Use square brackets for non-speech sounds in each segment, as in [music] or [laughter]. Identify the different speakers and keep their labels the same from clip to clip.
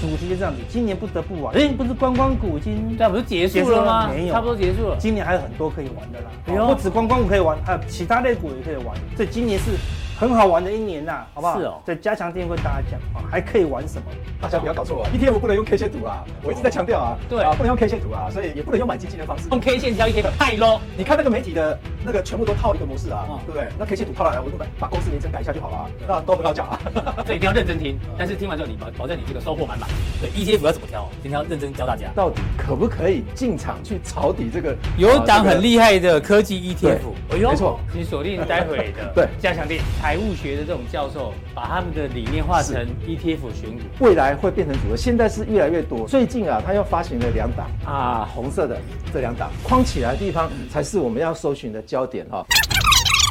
Speaker 1: 股市就这样子，今年不得不玩。哎，不是观光股已经
Speaker 2: 这样不是结束了吗？
Speaker 1: 结束了没有
Speaker 2: 差不多结束了。
Speaker 1: 今年还有很多可以玩的啦，
Speaker 2: 哎呦
Speaker 1: 哦不止观光股可以玩，还有其他类股也可以玩，所以今年是很好玩的一年呐，好不好？
Speaker 2: 是哦
Speaker 1: 所以加强定会跟大家讲啊，还可以玩什么？
Speaker 3: 大家不要搞错啊，ETF 不能用 K 线图啊，我一直在强调啊，
Speaker 2: 对
Speaker 3: 啊，不能用 K 线图啊，所以也不能用买基金的方式。
Speaker 2: 用 K 线交易可以太 [laughs] low，
Speaker 3: 你看那个媒体的那个全部都套一个模式啊，
Speaker 2: 嗯
Speaker 3: 对不对？那 K 线图套来了，我就把把公司名称改一下就好了啊，那都很好讲啊。 [laughs]
Speaker 2: 所以一定要认真听。但是听完之后，你保保证你这个收获满满。对，ETF ，E 要怎么挑？今天要认真教大家。
Speaker 3: 到底可不可以进场去抄底这个？
Speaker 2: 有
Speaker 3: 啊
Speaker 2: 档
Speaker 3: 这个
Speaker 2: 很厉害的科技 E ETF，
Speaker 3: 对没错，
Speaker 2: 你哎锁定待会 [laughs] 的
Speaker 3: 对
Speaker 2: 加强力财务学的这种教授，把他们的理念化成 ETF 选股
Speaker 3: 未来会变成主流，现在是越来越多。最近啊，它又发行了两档
Speaker 2: 啊，
Speaker 3: 红色的这两档框起来的地方，
Speaker 2: 嗯
Speaker 3: 才是我们要搜寻的焦点哈、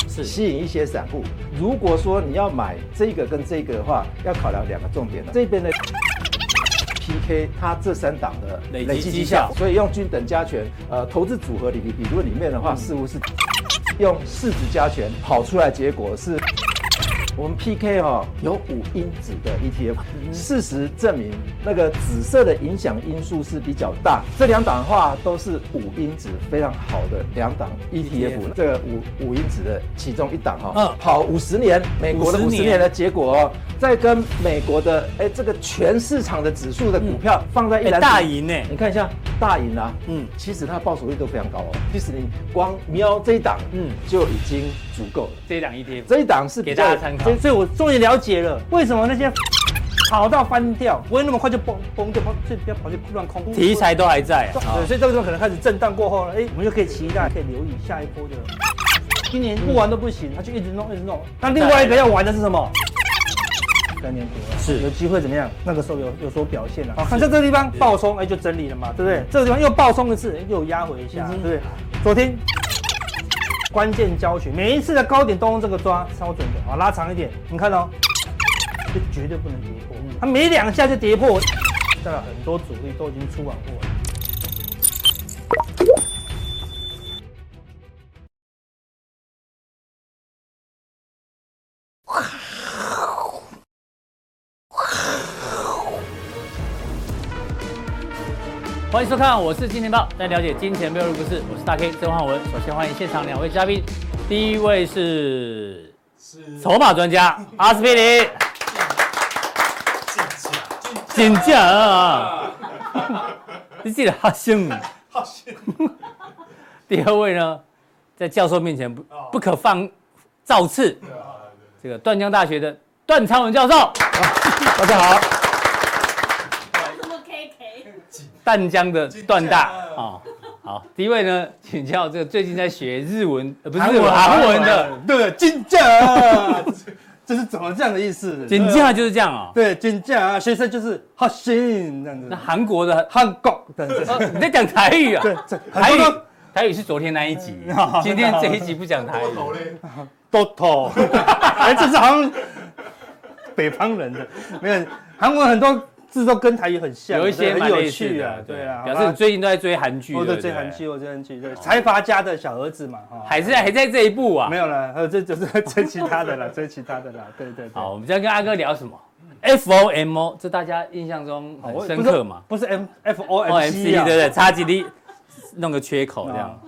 Speaker 2: 是
Speaker 3: 吸引一些散户。如果说你要买这个跟这个的话，要考量两个重点了。这边的 PK 它这三档的
Speaker 2: 累积绩效
Speaker 3: 所以用均等加权，呃，投资组合理理论里面的话，
Speaker 2: 嗯
Speaker 3: 似乎是用市值加权跑出来，结果是。我们 PK 哦，有五因子的 ETF，、事实证明那个紫色的影响因素是比较大。这两档的话都是五因子非常好的两档 ETF，这个五五因子的其中一档哈、哦，
Speaker 2: E 嗯
Speaker 3: 跑五十年，美国的
Speaker 2: 50
Speaker 3: 50
Speaker 2: 年
Speaker 3: 年的结果哦，再跟美国的哎这个全市场的指数的股票放在一
Speaker 2: 哎
Speaker 3: 篮子
Speaker 2: 大赢呢，
Speaker 3: 你看一下大银啊，
Speaker 2: 嗯
Speaker 3: 嗯，其实它的报酬率都非常高哦。其实你光瞄这一档，
Speaker 2: 嗯
Speaker 3: 嗯，就已经足够了。
Speaker 2: 这一档 ETF
Speaker 3: 这一档是比
Speaker 2: 给
Speaker 3: 较
Speaker 2: 大家参考
Speaker 1: 所以，。所以我终于了解了为什么那些跑到翻掉，不会那么快就崩崩就跑，就不要跑去乱空。
Speaker 2: 题材都还在
Speaker 1: 对，
Speaker 2: 啊，
Speaker 1: 所以这个地方可能开始震荡过后呢，哎，我们就可以期待，可以留意下一波的。今年不玩都不行，他就一直弄，一直弄。那另外一个要玩的是什么？概念股啊
Speaker 2: 是
Speaker 1: 有机会怎么样？那个时候有有所表现了、啊。看像这个地方爆冲，哎，就整理了嘛，对不对？这个地方又爆冲一次，哎又压回一下，对不对？昨天关键教学，每一次的高点都用这个抓，超准的啊，拉长一点，你看哦，这绝对不能跌破，它每两下就跌破，代表很多主力都已经出完货了。
Speaker 2: 欢迎收看，我是金钱豹，在了解金钱背后的故事，我是大 K 曾焕文。首先欢迎现场两位嘉宾，第一位是筹码专家阿司匹 [laughs] 林，金价啊，你记得哈星，哈 [laughs] 第二位呢，在教授面前不不可放造次，这个段江大学的段昌文教授，大家好。
Speaker 4: 这么 KK，
Speaker 2: 淡江的段大啊、好，第一位呢，请教这个最近在学日文，呃、不是日文韩文的，，
Speaker 1: 对，金价，这是怎么这样的意思？
Speaker 2: 简介就是这样啊、
Speaker 1: 对啊金价，学生就是好心这样子
Speaker 2: 那，韩国的，
Speaker 1: 汉国这样子，
Speaker 2: 呃，你在讲台语啊？
Speaker 1: 对，这
Speaker 2: 台
Speaker 1: 很
Speaker 2: 语
Speaker 1: 多都，
Speaker 2: 台语是昨天那
Speaker 1: [laughs]
Speaker 2: 一集，今天这一集不讲台语。
Speaker 1: 都头， [laughs] 哎，这是好像北方人的，没有，韩国很多字都跟台语很像，
Speaker 2: 有一些
Speaker 1: 对
Speaker 2: 蛮
Speaker 1: 很
Speaker 2: 类
Speaker 1: 有
Speaker 2: 似
Speaker 1: 趣啊
Speaker 2: 的，，
Speaker 1: 对啊，
Speaker 2: 表示你最近都在追韩剧，
Speaker 1: 我
Speaker 2: 对
Speaker 1: 的
Speaker 2: 不
Speaker 1: 追
Speaker 2: 对
Speaker 1: 韩剧，我追韩剧，对，财阀家的小儿子嘛，哈，
Speaker 2: 还是还在这一步啊
Speaker 1: 没。有了，还有这就是追其他的啦，追其他的啦，对对对。
Speaker 2: 好，我们今天跟阿哥聊什么？FOMO，这大家印象中
Speaker 1: 哦，我
Speaker 2: 很深刻嘛？
Speaker 1: 不是不是 M F O M
Speaker 2: OMC
Speaker 1: C
Speaker 2: 对
Speaker 1: 啊
Speaker 2: 不，对？差几粒弄个缺口这样。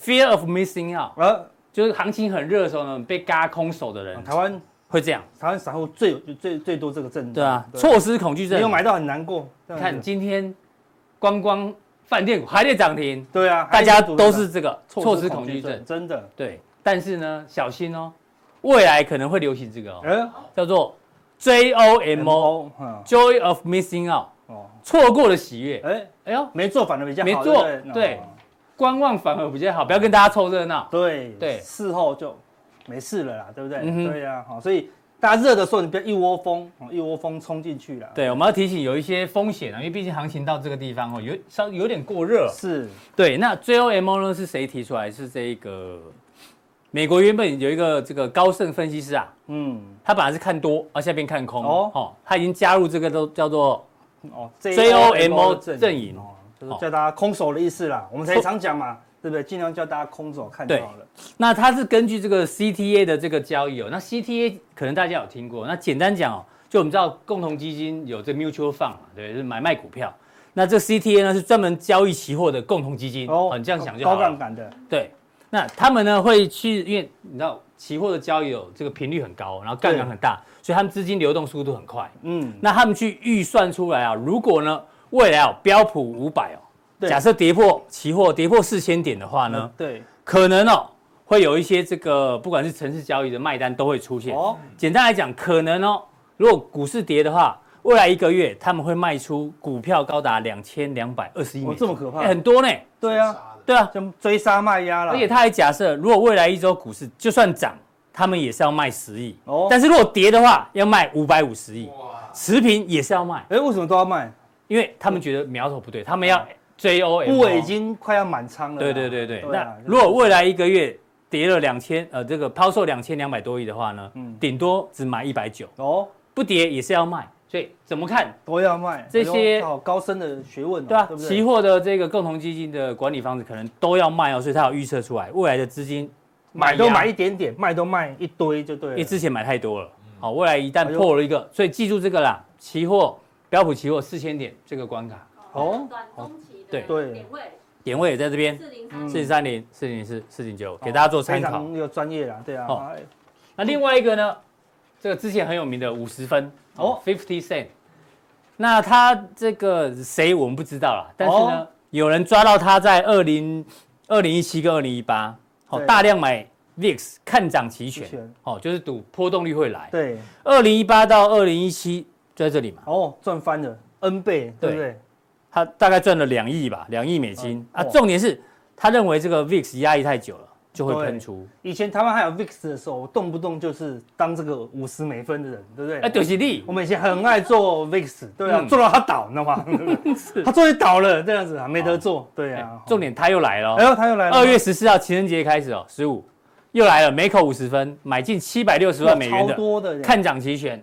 Speaker 2: Fear of missing out，
Speaker 1: 而
Speaker 2: 就是行情很热的时候呢，被嘎空手的人
Speaker 1: 台湾
Speaker 2: 会这样。
Speaker 1: 台湾散户最有最最多这个症状，
Speaker 2: 对啊，错失恐惧
Speaker 1: 嗯没有
Speaker 2: 症。
Speaker 1: 买到很难过。这样子
Speaker 2: 看，今天观光饭店股还在涨停，
Speaker 1: 对啊，
Speaker 2: 大家
Speaker 1: 还有一个
Speaker 2: 都
Speaker 1: 赌
Speaker 2: 是
Speaker 1: 场
Speaker 2: 这个错失恐惧症。
Speaker 1: 真的。
Speaker 2: 对，但是呢，小心哦，未来可能会流行这个哦，
Speaker 1: 哎
Speaker 2: 叫做 JOMO
Speaker 1: ，MO，嗯
Speaker 2: Joy of Missing Out，
Speaker 1: 哦，
Speaker 2: 错过的喜悦。
Speaker 1: 哎，
Speaker 2: 哎呦，
Speaker 1: 没做反而比较好，
Speaker 2: 没做
Speaker 1: 对哦不
Speaker 2: 对观望反而比较好，不要跟大家凑热闹。
Speaker 1: 对
Speaker 2: 对
Speaker 1: 事后就没事了啦，对不对
Speaker 2: 嗯？哼
Speaker 1: 对呀，好，所以大家热的时候，你不要一窝蜂，哦一窝蜂冲进去了。，
Speaker 2: 对，我们要提醒有一些风险啊，因为毕竟行情到这个地方哦，有稍有点过热。
Speaker 1: 是
Speaker 2: 对，那 JOMO 呢是谁提出来？是这个美国原本有一个这个高盛分析师啊，
Speaker 1: 嗯，
Speaker 2: 他本来是看多，啊下边看空哦
Speaker 1: 哦
Speaker 2: 他已经加入这个都叫做
Speaker 1: 哦
Speaker 2: JOMO 阵营
Speaker 1: 哦，就是叫大家空手的意思啦。我们才常讲嘛，对不对？尽量叫大家空手看就好了。
Speaker 2: 那它是根据这个 CTA 的这个交易哦，那 CTA 可能大家有听过，那简单讲哦，就我们知道共同基金有这 mutual fund 嘛，对，就是买卖股票。那这 CTA 呢是专门交易期货的共同基金，哦，你这样想就好
Speaker 1: 高
Speaker 2: 了。
Speaker 1: 杠杆的，
Speaker 2: 对，那他们呢会去，因为你知道期货的交易有这个频率很高，然后杠杆很大，所以他们资金流动速度很快。
Speaker 1: 嗯，
Speaker 2: 那他们去预算出来啊，如果呢未来哦标普五百哦，
Speaker 1: 对嗯
Speaker 2: 假设跌破期货跌破四千点的话呢，
Speaker 1: 对，
Speaker 2: 可能哦会有一些这个不管是城市交易的卖单都会出现。
Speaker 1: 哦，
Speaker 2: 简单来讲，可能哦如果股市跌的话。未来一个月，他们会卖出股票高达两千两百二十一
Speaker 1: 哦
Speaker 2: 美金，
Speaker 1: 这么可怕
Speaker 2: 哎很多呢。
Speaker 1: 对啊，
Speaker 2: 对啊，
Speaker 1: 像追杀卖压了，
Speaker 2: 而且他还假设，如果未来一周股市就算涨，他们也是要卖十亿。
Speaker 1: 哦
Speaker 2: 哦，但是如果跌的话，要卖五百五十亿。持平也是要卖，
Speaker 1: 哎，为什么都要卖？
Speaker 2: 因为他们觉得苗头不对，他们要 J O M。
Speaker 1: 嗯部位已经快要满仓了啦，
Speaker 2: 对对对对。那
Speaker 1: 啊
Speaker 2: 如果未来一个月跌了两千，呃，这个抛售两千两百多亿的话呢，
Speaker 1: 嗯
Speaker 2: 顶多只买一百九，
Speaker 1: 哦
Speaker 2: 不跌也是要卖。所以怎么看？
Speaker 1: 都要卖，
Speaker 2: 这些
Speaker 1: 哎呦好高深的学问哦，
Speaker 2: 对啊，
Speaker 1: 不
Speaker 2: 期
Speaker 1: 嗯对？
Speaker 2: 货的这个共同基金的管理方式可能都要卖哦，所以它有预测出来未来的资金
Speaker 1: 买都
Speaker 2: 压
Speaker 1: 买一点点，卖都卖一堆就对
Speaker 2: 因为
Speaker 1: 了，
Speaker 2: 之前买太多了，好，未来一旦
Speaker 1: 哎呦
Speaker 2: 破了一个，所以记住这个啦，期货标普期货四千点这个关卡，
Speaker 1: 哦
Speaker 4: 短中期的
Speaker 2: 对
Speaker 1: 对
Speaker 4: 点位
Speaker 2: 点位也在这边，
Speaker 4: 四零
Speaker 1: 嗯
Speaker 4: 三
Speaker 2: 四零三零、四零四、四零九，给大家做
Speaker 1: 哦
Speaker 2: 参
Speaker 1: 非
Speaker 2: 考。
Speaker 1: 常有专业啦，对啊，
Speaker 2: 哦
Speaker 1: 哎
Speaker 2: 那另外一个呢，这个之前很有名的五十分哦
Speaker 1: 哦
Speaker 2: ，fifty cent，那他这个谁我们不知道啦，但是
Speaker 1: 哦
Speaker 2: 呢，有人抓到他在二零二零一七跟二零一八，哦，
Speaker 1: 对
Speaker 2: 大量买 VIX 看涨期
Speaker 1: 期
Speaker 2: 权
Speaker 1: 权，
Speaker 2: 哦，就是赌波动率会来。
Speaker 1: 对，
Speaker 2: 二零一八到二零一七就在这里嘛。
Speaker 1: 哦，赚翻了 N 倍，对不对？
Speaker 2: 他大概赚了两亿吧，两亿美金、
Speaker 1: 嗯
Speaker 2: 啊。
Speaker 1: 哇
Speaker 2: 重点是他认为这个 VIX 压抑太久了，就会喷出。
Speaker 1: 以前台湾还有 VIX 的时候，我动不动就是当这个五十美分的人，对不对？
Speaker 2: 哎，对是你
Speaker 1: 我们以前很爱做 VIX，对啊，
Speaker 2: 嗯
Speaker 1: 做到它倒，你知道
Speaker 2: [laughs]
Speaker 1: 吗？它终于倒了，这样子啊，没得做，对
Speaker 2: 哎
Speaker 1: 啊。
Speaker 2: 重点他又来了
Speaker 1: 哎
Speaker 2: 哦，
Speaker 1: 呦，他又来了，
Speaker 2: 二月十四号情人节开始哦，十五又来了，每口五十分，买进七百六十万美元
Speaker 1: 超
Speaker 2: 的
Speaker 1: 多的人，看
Speaker 2: 看涨期权，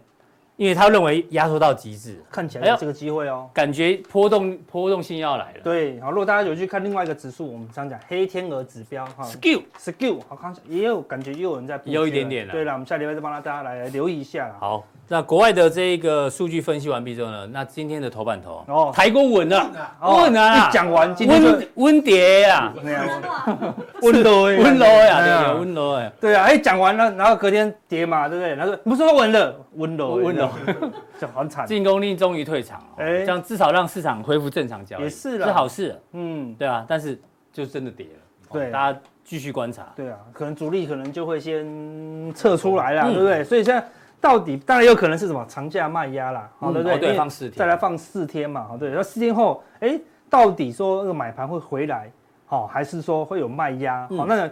Speaker 2: 因为他认为压缩到极致，
Speaker 1: 看起来
Speaker 2: 哎
Speaker 1: 有
Speaker 2: 呦
Speaker 1: 这个机会哦。
Speaker 2: 感觉波动波动性要来了。
Speaker 1: 对，啊好，如果大家有去看另外一个指数，我们常讲黑天鹅指标哈
Speaker 2: Skill，
Speaker 1: ，skill，好看也有感觉，也有人在布局了
Speaker 2: 有一点点啦
Speaker 1: 对了，我们下礼拜再帮大家来来留意一下啦。
Speaker 2: 好，那国外的这个数据分析完毕之后呢，那今天的头版头，
Speaker 1: 哦
Speaker 2: 哦，台股稳了，稳了啦
Speaker 1: 一，讲完今天就
Speaker 2: 啊温温跌啊啦。
Speaker 1: 那样
Speaker 4: 的话，
Speaker 1: [laughs] 温柔耶
Speaker 2: 温柔呀，
Speaker 1: 哎
Speaker 2: 对
Speaker 1: 呀
Speaker 2: 对，温柔哎，
Speaker 1: 对啊，哎，讲完了，然后隔天跌嘛，对不对？然后说不是说稳了，温柔耶
Speaker 2: 哦温柔，
Speaker 1: 这样 [laughs] 就很惨。
Speaker 2: 进攻力终于退场了，
Speaker 1: 哎
Speaker 2: 这样至少让市场恢复正常交易，
Speaker 1: 也是啦
Speaker 2: 是好事，
Speaker 1: 嗯，
Speaker 2: 对啊，但是就真的跌了，哦
Speaker 1: 对
Speaker 2: 大家继续观察，
Speaker 1: 对啊，可能主力可能就会先撤出来啦，
Speaker 2: 嗯
Speaker 1: 对不对？所以现在到底当然有可能是什么长假卖压啦，好、
Speaker 2: 嗯
Speaker 1: 对不对？
Speaker 2: 哦对
Speaker 1: 因为
Speaker 2: 放四天
Speaker 1: 再来放四天嘛，好对，然后四天后，哎，到底说那个买盘会回来，好、还是说会有卖压？好、
Speaker 2: 嗯
Speaker 1: 那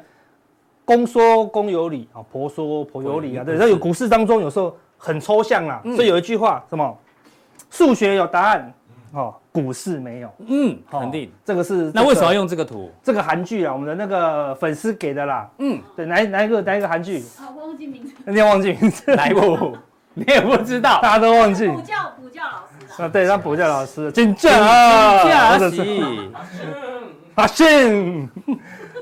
Speaker 1: 公说公有理，啊、婆说婆有理啊，对。
Speaker 2: 嗯
Speaker 1: 那有股市当中有时候很抽象啦，所以有一句话什么，数学有答案，哦，股市没有，
Speaker 2: 嗯，
Speaker 1: 哦
Speaker 2: 肯定。，
Speaker 1: 这个是
Speaker 2: 那为什么要
Speaker 1: 用
Speaker 2: 用这个图？
Speaker 1: 这个韩剧啊？我们的那个粉丝给的啦。
Speaker 2: 嗯，
Speaker 1: 对，哪一哪一个哪一个韩剧？
Speaker 4: [laughs] 好忘记名字，
Speaker 1: 你也忘记名字，
Speaker 2: 来不，你也不知道，
Speaker 1: [laughs] 大家都忘记。
Speaker 4: 补教补教老师啊，
Speaker 1: 啊，对，他补教老师，金正啊，
Speaker 2: 假
Speaker 1: 或者
Speaker 2: 期
Speaker 1: [laughs] 是阿信，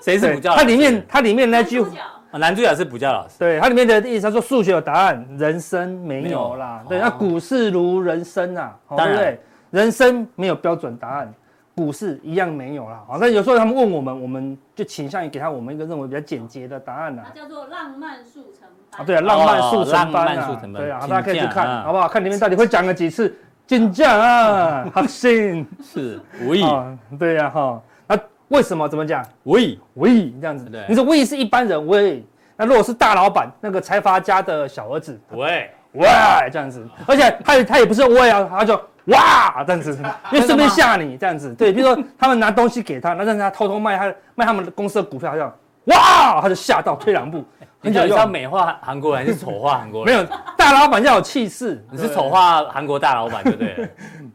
Speaker 2: 谁是
Speaker 1: 对
Speaker 2: 补教老
Speaker 1: 它
Speaker 2: 师？
Speaker 1: 里面它里面那句
Speaker 4: 主，角
Speaker 2: 啊男主角是补教老师，
Speaker 1: 对，它里面的意思，他说数学有答案，人生没
Speaker 2: 没
Speaker 1: 有
Speaker 2: 有
Speaker 1: 啦
Speaker 2: 哦。
Speaker 1: 对，那股市如人生啊，好
Speaker 2: 当然
Speaker 1: 对不对人生没有标准答案。股市一样没有啦，好，哦那有时候他们问我们，我们就倾向于给他我们一个认为比较简洁的答案啦啊
Speaker 4: 它。叫做浪漫速成班，
Speaker 1: 啊，对啊，浪漫速成
Speaker 2: 哦浪
Speaker 1: 班
Speaker 2: 漫
Speaker 1: 啊
Speaker 2: 速，成班
Speaker 1: 对啊，
Speaker 2: 请
Speaker 1: 大家可以去
Speaker 2: 假
Speaker 1: 看，
Speaker 2: 啊
Speaker 1: 好不好？看里面到底会讲了几次竞价
Speaker 2: [laughs]
Speaker 1: 啊，核心
Speaker 2: 是无意
Speaker 1: 啊，对呀哈。那为什么？怎么讲？
Speaker 2: 无意，
Speaker 1: 喂，这样子
Speaker 2: 对，
Speaker 1: 你说喂是一般人喂，那如果是大老板那个财阀家的小儿子，
Speaker 2: 喂，
Speaker 1: 喂这样子，而且他也他也不是喂啊，他就哇这样
Speaker 2: [laughs]
Speaker 1: 子，因为顺便吓你这样子，对，比如说他们拿东西给他，那让他偷偷卖他卖他们公司的股票，他就哇，他就吓到退两步，
Speaker 2: [laughs] 你
Speaker 1: 很有
Speaker 2: 到底是要
Speaker 1: 用。
Speaker 2: 美化韩国人还是丑化韩
Speaker 1: [laughs]
Speaker 2: 国
Speaker 1: 没
Speaker 2: 人？
Speaker 1: 有，大老板要有气势，
Speaker 2: 你是
Speaker 1: 对
Speaker 2: 丑化韩国大老板，对
Speaker 1: [laughs]
Speaker 2: 不对了？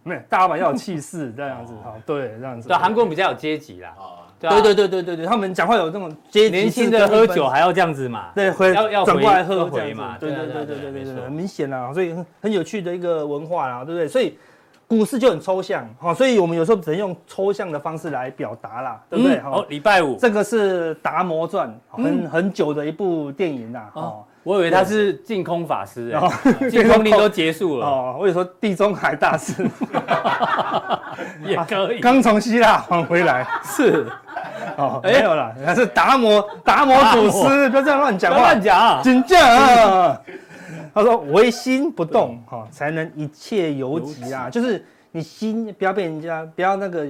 Speaker 1: 没有，大老板要有气
Speaker 2: [laughs]
Speaker 1: 势，这样子，好，对，这样子。
Speaker 2: 哦对，啊韩国比较有阶级啦，
Speaker 1: 哦
Speaker 2: 对啊
Speaker 1: 对对对对对对，他们讲话有那种阶级
Speaker 2: 年轻
Speaker 1: 制
Speaker 2: 的
Speaker 1: 跟
Speaker 2: 喝
Speaker 1: 分
Speaker 2: 酒还要这样子嘛？
Speaker 1: 对，回
Speaker 2: 要要
Speaker 1: 转
Speaker 2: 回
Speaker 1: 过来喝
Speaker 2: 要回嘛
Speaker 1: 这样子对
Speaker 2: 对
Speaker 1: 对
Speaker 2: 啊
Speaker 1: 对
Speaker 2: 对
Speaker 1: 对
Speaker 2: 啊
Speaker 1: 对对
Speaker 2: 没
Speaker 1: 对，
Speaker 2: 错
Speaker 1: 很明显啦，所以很很有趣的一个文化啦，对不对？所以股市就很抽象，好，所以我们有时候只能用抽象的方式来表达啦，对不对？
Speaker 2: 嗯
Speaker 1: 好
Speaker 2: 哦，，礼拜五，
Speaker 1: 这个是《达摩传》，很很久的一部电影啦，哦
Speaker 2: 哦，我以为他是净空法师、
Speaker 1: 哦
Speaker 2: 哎，净空令都结束了，
Speaker 1: 哦，我有说地中海大师，
Speaker 2: [laughs] 也可
Speaker 1: [laughs]
Speaker 2: 以。
Speaker 1: 刚从希腊返回来，
Speaker 2: 是，
Speaker 1: 哦，
Speaker 2: 哎
Speaker 1: 没有了，他是达摩达摩祖师，不要这样乱
Speaker 2: 不
Speaker 1: 讲
Speaker 2: 要
Speaker 1: 话
Speaker 2: 乱，讲啊！
Speaker 1: 请假。 [laughs] 他说唯心不动，哈、才能一切由己啊，就是你心不要被人家不要那个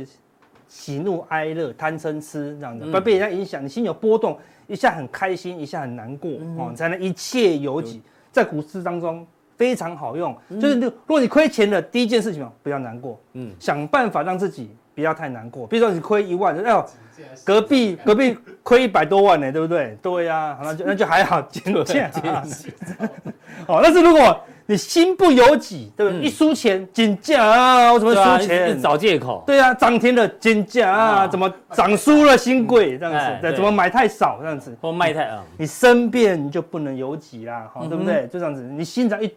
Speaker 1: 喜怒哀乐、贪嗔痴这样子，
Speaker 2: 嗯
Speaker 1: 不要被人家影响，你心有波动，一下很开心，一下很难过，
Speaker 2: 嗯
Speaker 1: 哦，才能一切由己。在股市当中非常好用，就是你如果你亏钱了，第一件事情哦不要难过，
Speaker 2: 嗯，
Speaker 1: 想办法让自己不要太难过。比如说你亏一万，哎呦，隔壁隔壁亏一百多万呢，对不对？对呀、好那
Speaker 2: [laughs]
Speaker 1: 就那就还好，减减 [laughs] 啊。好，但是如果你心不由己，对不对？
Speaker 2: 嗯
Speaker 1: 一输钱，减价啊，我怎么
Speaker 2: 对
Speaker 1: 会
Speaker 2: 啊
Speaker 1: 输
Speaker 2: 一直一
Speaker 1: 钱
Speaker 2: 直？找借口。
Speaker 1: 对啊，涨停了减价啊，
Speaker 2: 啊
Speaker 1: 怎么涨输了新贵这样
Speaker 2: 哎
Speaker 1: 子？对，
Speaker 2: 对
Speaker 1: 怎么买太少这样子？
Speaker 2: 或卖太啊，
Speaker 1: 你生变你就不能由己啦，好，对不
Speaker 2: 嗯
Speaker 1: 对？就这样子，你心脏一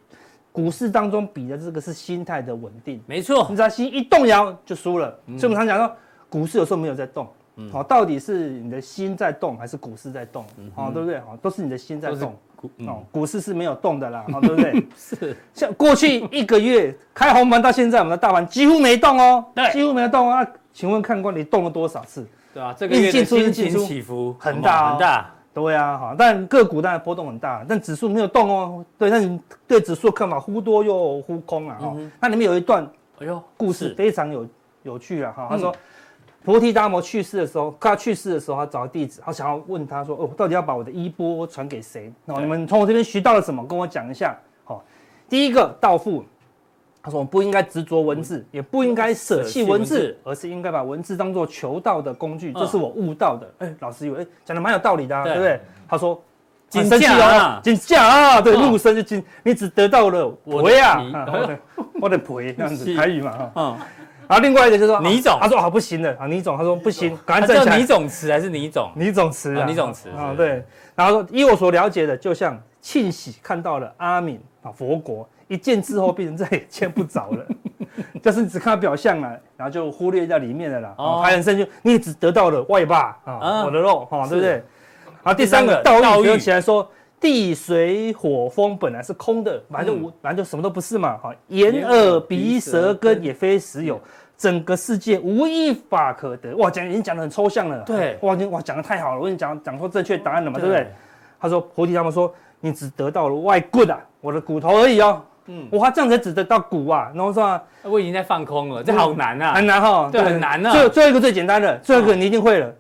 Speaker 1: 股市当中比的这个是心态的稳定。
Speaker 2: 没错
Speaker 1: 你，只要心一动摇就输了。
Speaker 2: 嗯
Speaker 1: 所以我们常讲说，股市有时候没有在动，好、到底是你的心在动还是股市在动？好、哦对不对？好、都是你的心在
Speaker 2: 嗯都是
Speaker 1: 动。
Speaker 2: 股
Speaker 1: 哦
Speaker 2: 嗯，
Speaker 1: 股市是没有动的啦，好、对不对？ [laughs]
Speaker 2: 是
Speaker 1: 像过去一个月开红盘到现在，我们的大盘几乎没动哦，
Speaker 2: [laughs] 对
Speaker 1: 几乎没有动啊。那请问看官，你动了多少次？
Speaker 2: 对啊，这个月
Speaker 1: 一
Speaker 2: 的
Speaker 1: 进出
Speaker 2: 心
Speaker 1: 一进
Speaker 2: 情
Speaker 1: 出
Speaker 2: 起伏
Speaker 1: 很大哦
Speaker 2: 很大，
Speaker 1: 对啊，哈，但个股当然波动很大，但指数没有动哦。对，那你对指数的看法忽多又忽空啊，哈、
Speaker 2: 嗯
Speaker 1: 那里面有一段
Speaker 2: 哎呦，
Speaker 1: 故事
Speaker 2: 是
Speaker 1: 非常有有趣啊哈。他说
Speaker 2: 嗯，
Speaker 1: 菩提达摩去世的时候，他去世的时候，他找弟子，他想要问他说，哦，到底要把我的衣钵传给谁？那
Speaker 2: 对
Speaker 1: 你们从我这边学到了什么？跟我讲一下。好、第一个道父，他说我们不应该执着文字，也不应该舍弃文
Speaker 2: 嗯舍弃文
Speaker 1: 字
Speaker 2: 字，
Speaker 1: 而是应该把文字当做求道的工具。
Speaker 2: 嗯
Speaker 1: 这是我悟到的。哎，老师以为哎讲的蛮有道理的、啊，
Speaker 2: 对
Speaker 1: 对不对？他说。
Speaker 2: 金
Speaker 1: 很生气
Speaker 2: 价啊
Speaker 1: 哦，金价啊，对，
Speaker 2: 嗯
Speaker 1: 入生就金，你只得到了
Speaker 2: 我的
Speaker 1: 赔啊
Speaker 2: 皮，
Speaker 1: 啊我的我的赔，这样子
Speaker 2: [laughs] 是
Speaker 1: 台语嘛哈。
Speaker 2: 嗯，
Speaker 1: 然后另外一个就是说
Speaker 2: 倪总
Speaker 1: 啊他说啊不行了啊，倪总他啊说不行，赶
Speaker 2: 他
Speaker 1: 快站
Speaker 2: 啊叫
Speaker 1: 起
Speaker 2: 倪
Speaker 1: 来，
Speaker 2: 总词还是倪总？
Speaker 1: 倪总词
Speaker 2: 啊
Speaker 1: 啊，
Speaker 2: 倪总词
Speaker 1: 啊
Speaker 2: 是
Speaker 1: 对，然后说依我所了解的，就像庆喜看到了阿敏啊佛国，一见之后变成再也见不着了， [laughs] 就是你只看到表象啊，然后就忽略掉里面的啦，
Speaker 2: 哦
Speaker 1: 啊还很深就你也只得到了外霸啊
Speaker 2: 嗯
Speaker 1: 我的肉哈，对不
Speaker 2: 是
Speaker 1: 对？然后第三个
Speaker 2: 第三
Speaker 1: 道
Speaker 2: 个道
Speaker 1: 义
Speaker 2: 义
Speaker 1: 合起来说。地水火风本来是空的，本来就无，本来就什么都不是嘛。好，嗯眼耳鼻舌根也非实有，整个世界无一法可得。哇，讲已经讲得很抽象了。
Speaker 2: 对
Speaker 1: 哇，你哇讲得太好了，我跟你讲讲出正确答案了嘛，
Speaker 2: 对
Speaker 1: 对不对？他说菩提他们说你只得到了外骨啊，我的骨头而已哦。
Speaker 2: 嗯
Speaker 1: 嗯，哇，这样才只得到骨啊。然后说啊
Speaker 2: 我已经在放空了，这好难啊，
Speaker 1: 很难哈，
Speaker 2: 对很难啊
Speaker 1: 最最后一个最简单的，最后一个你一定会了，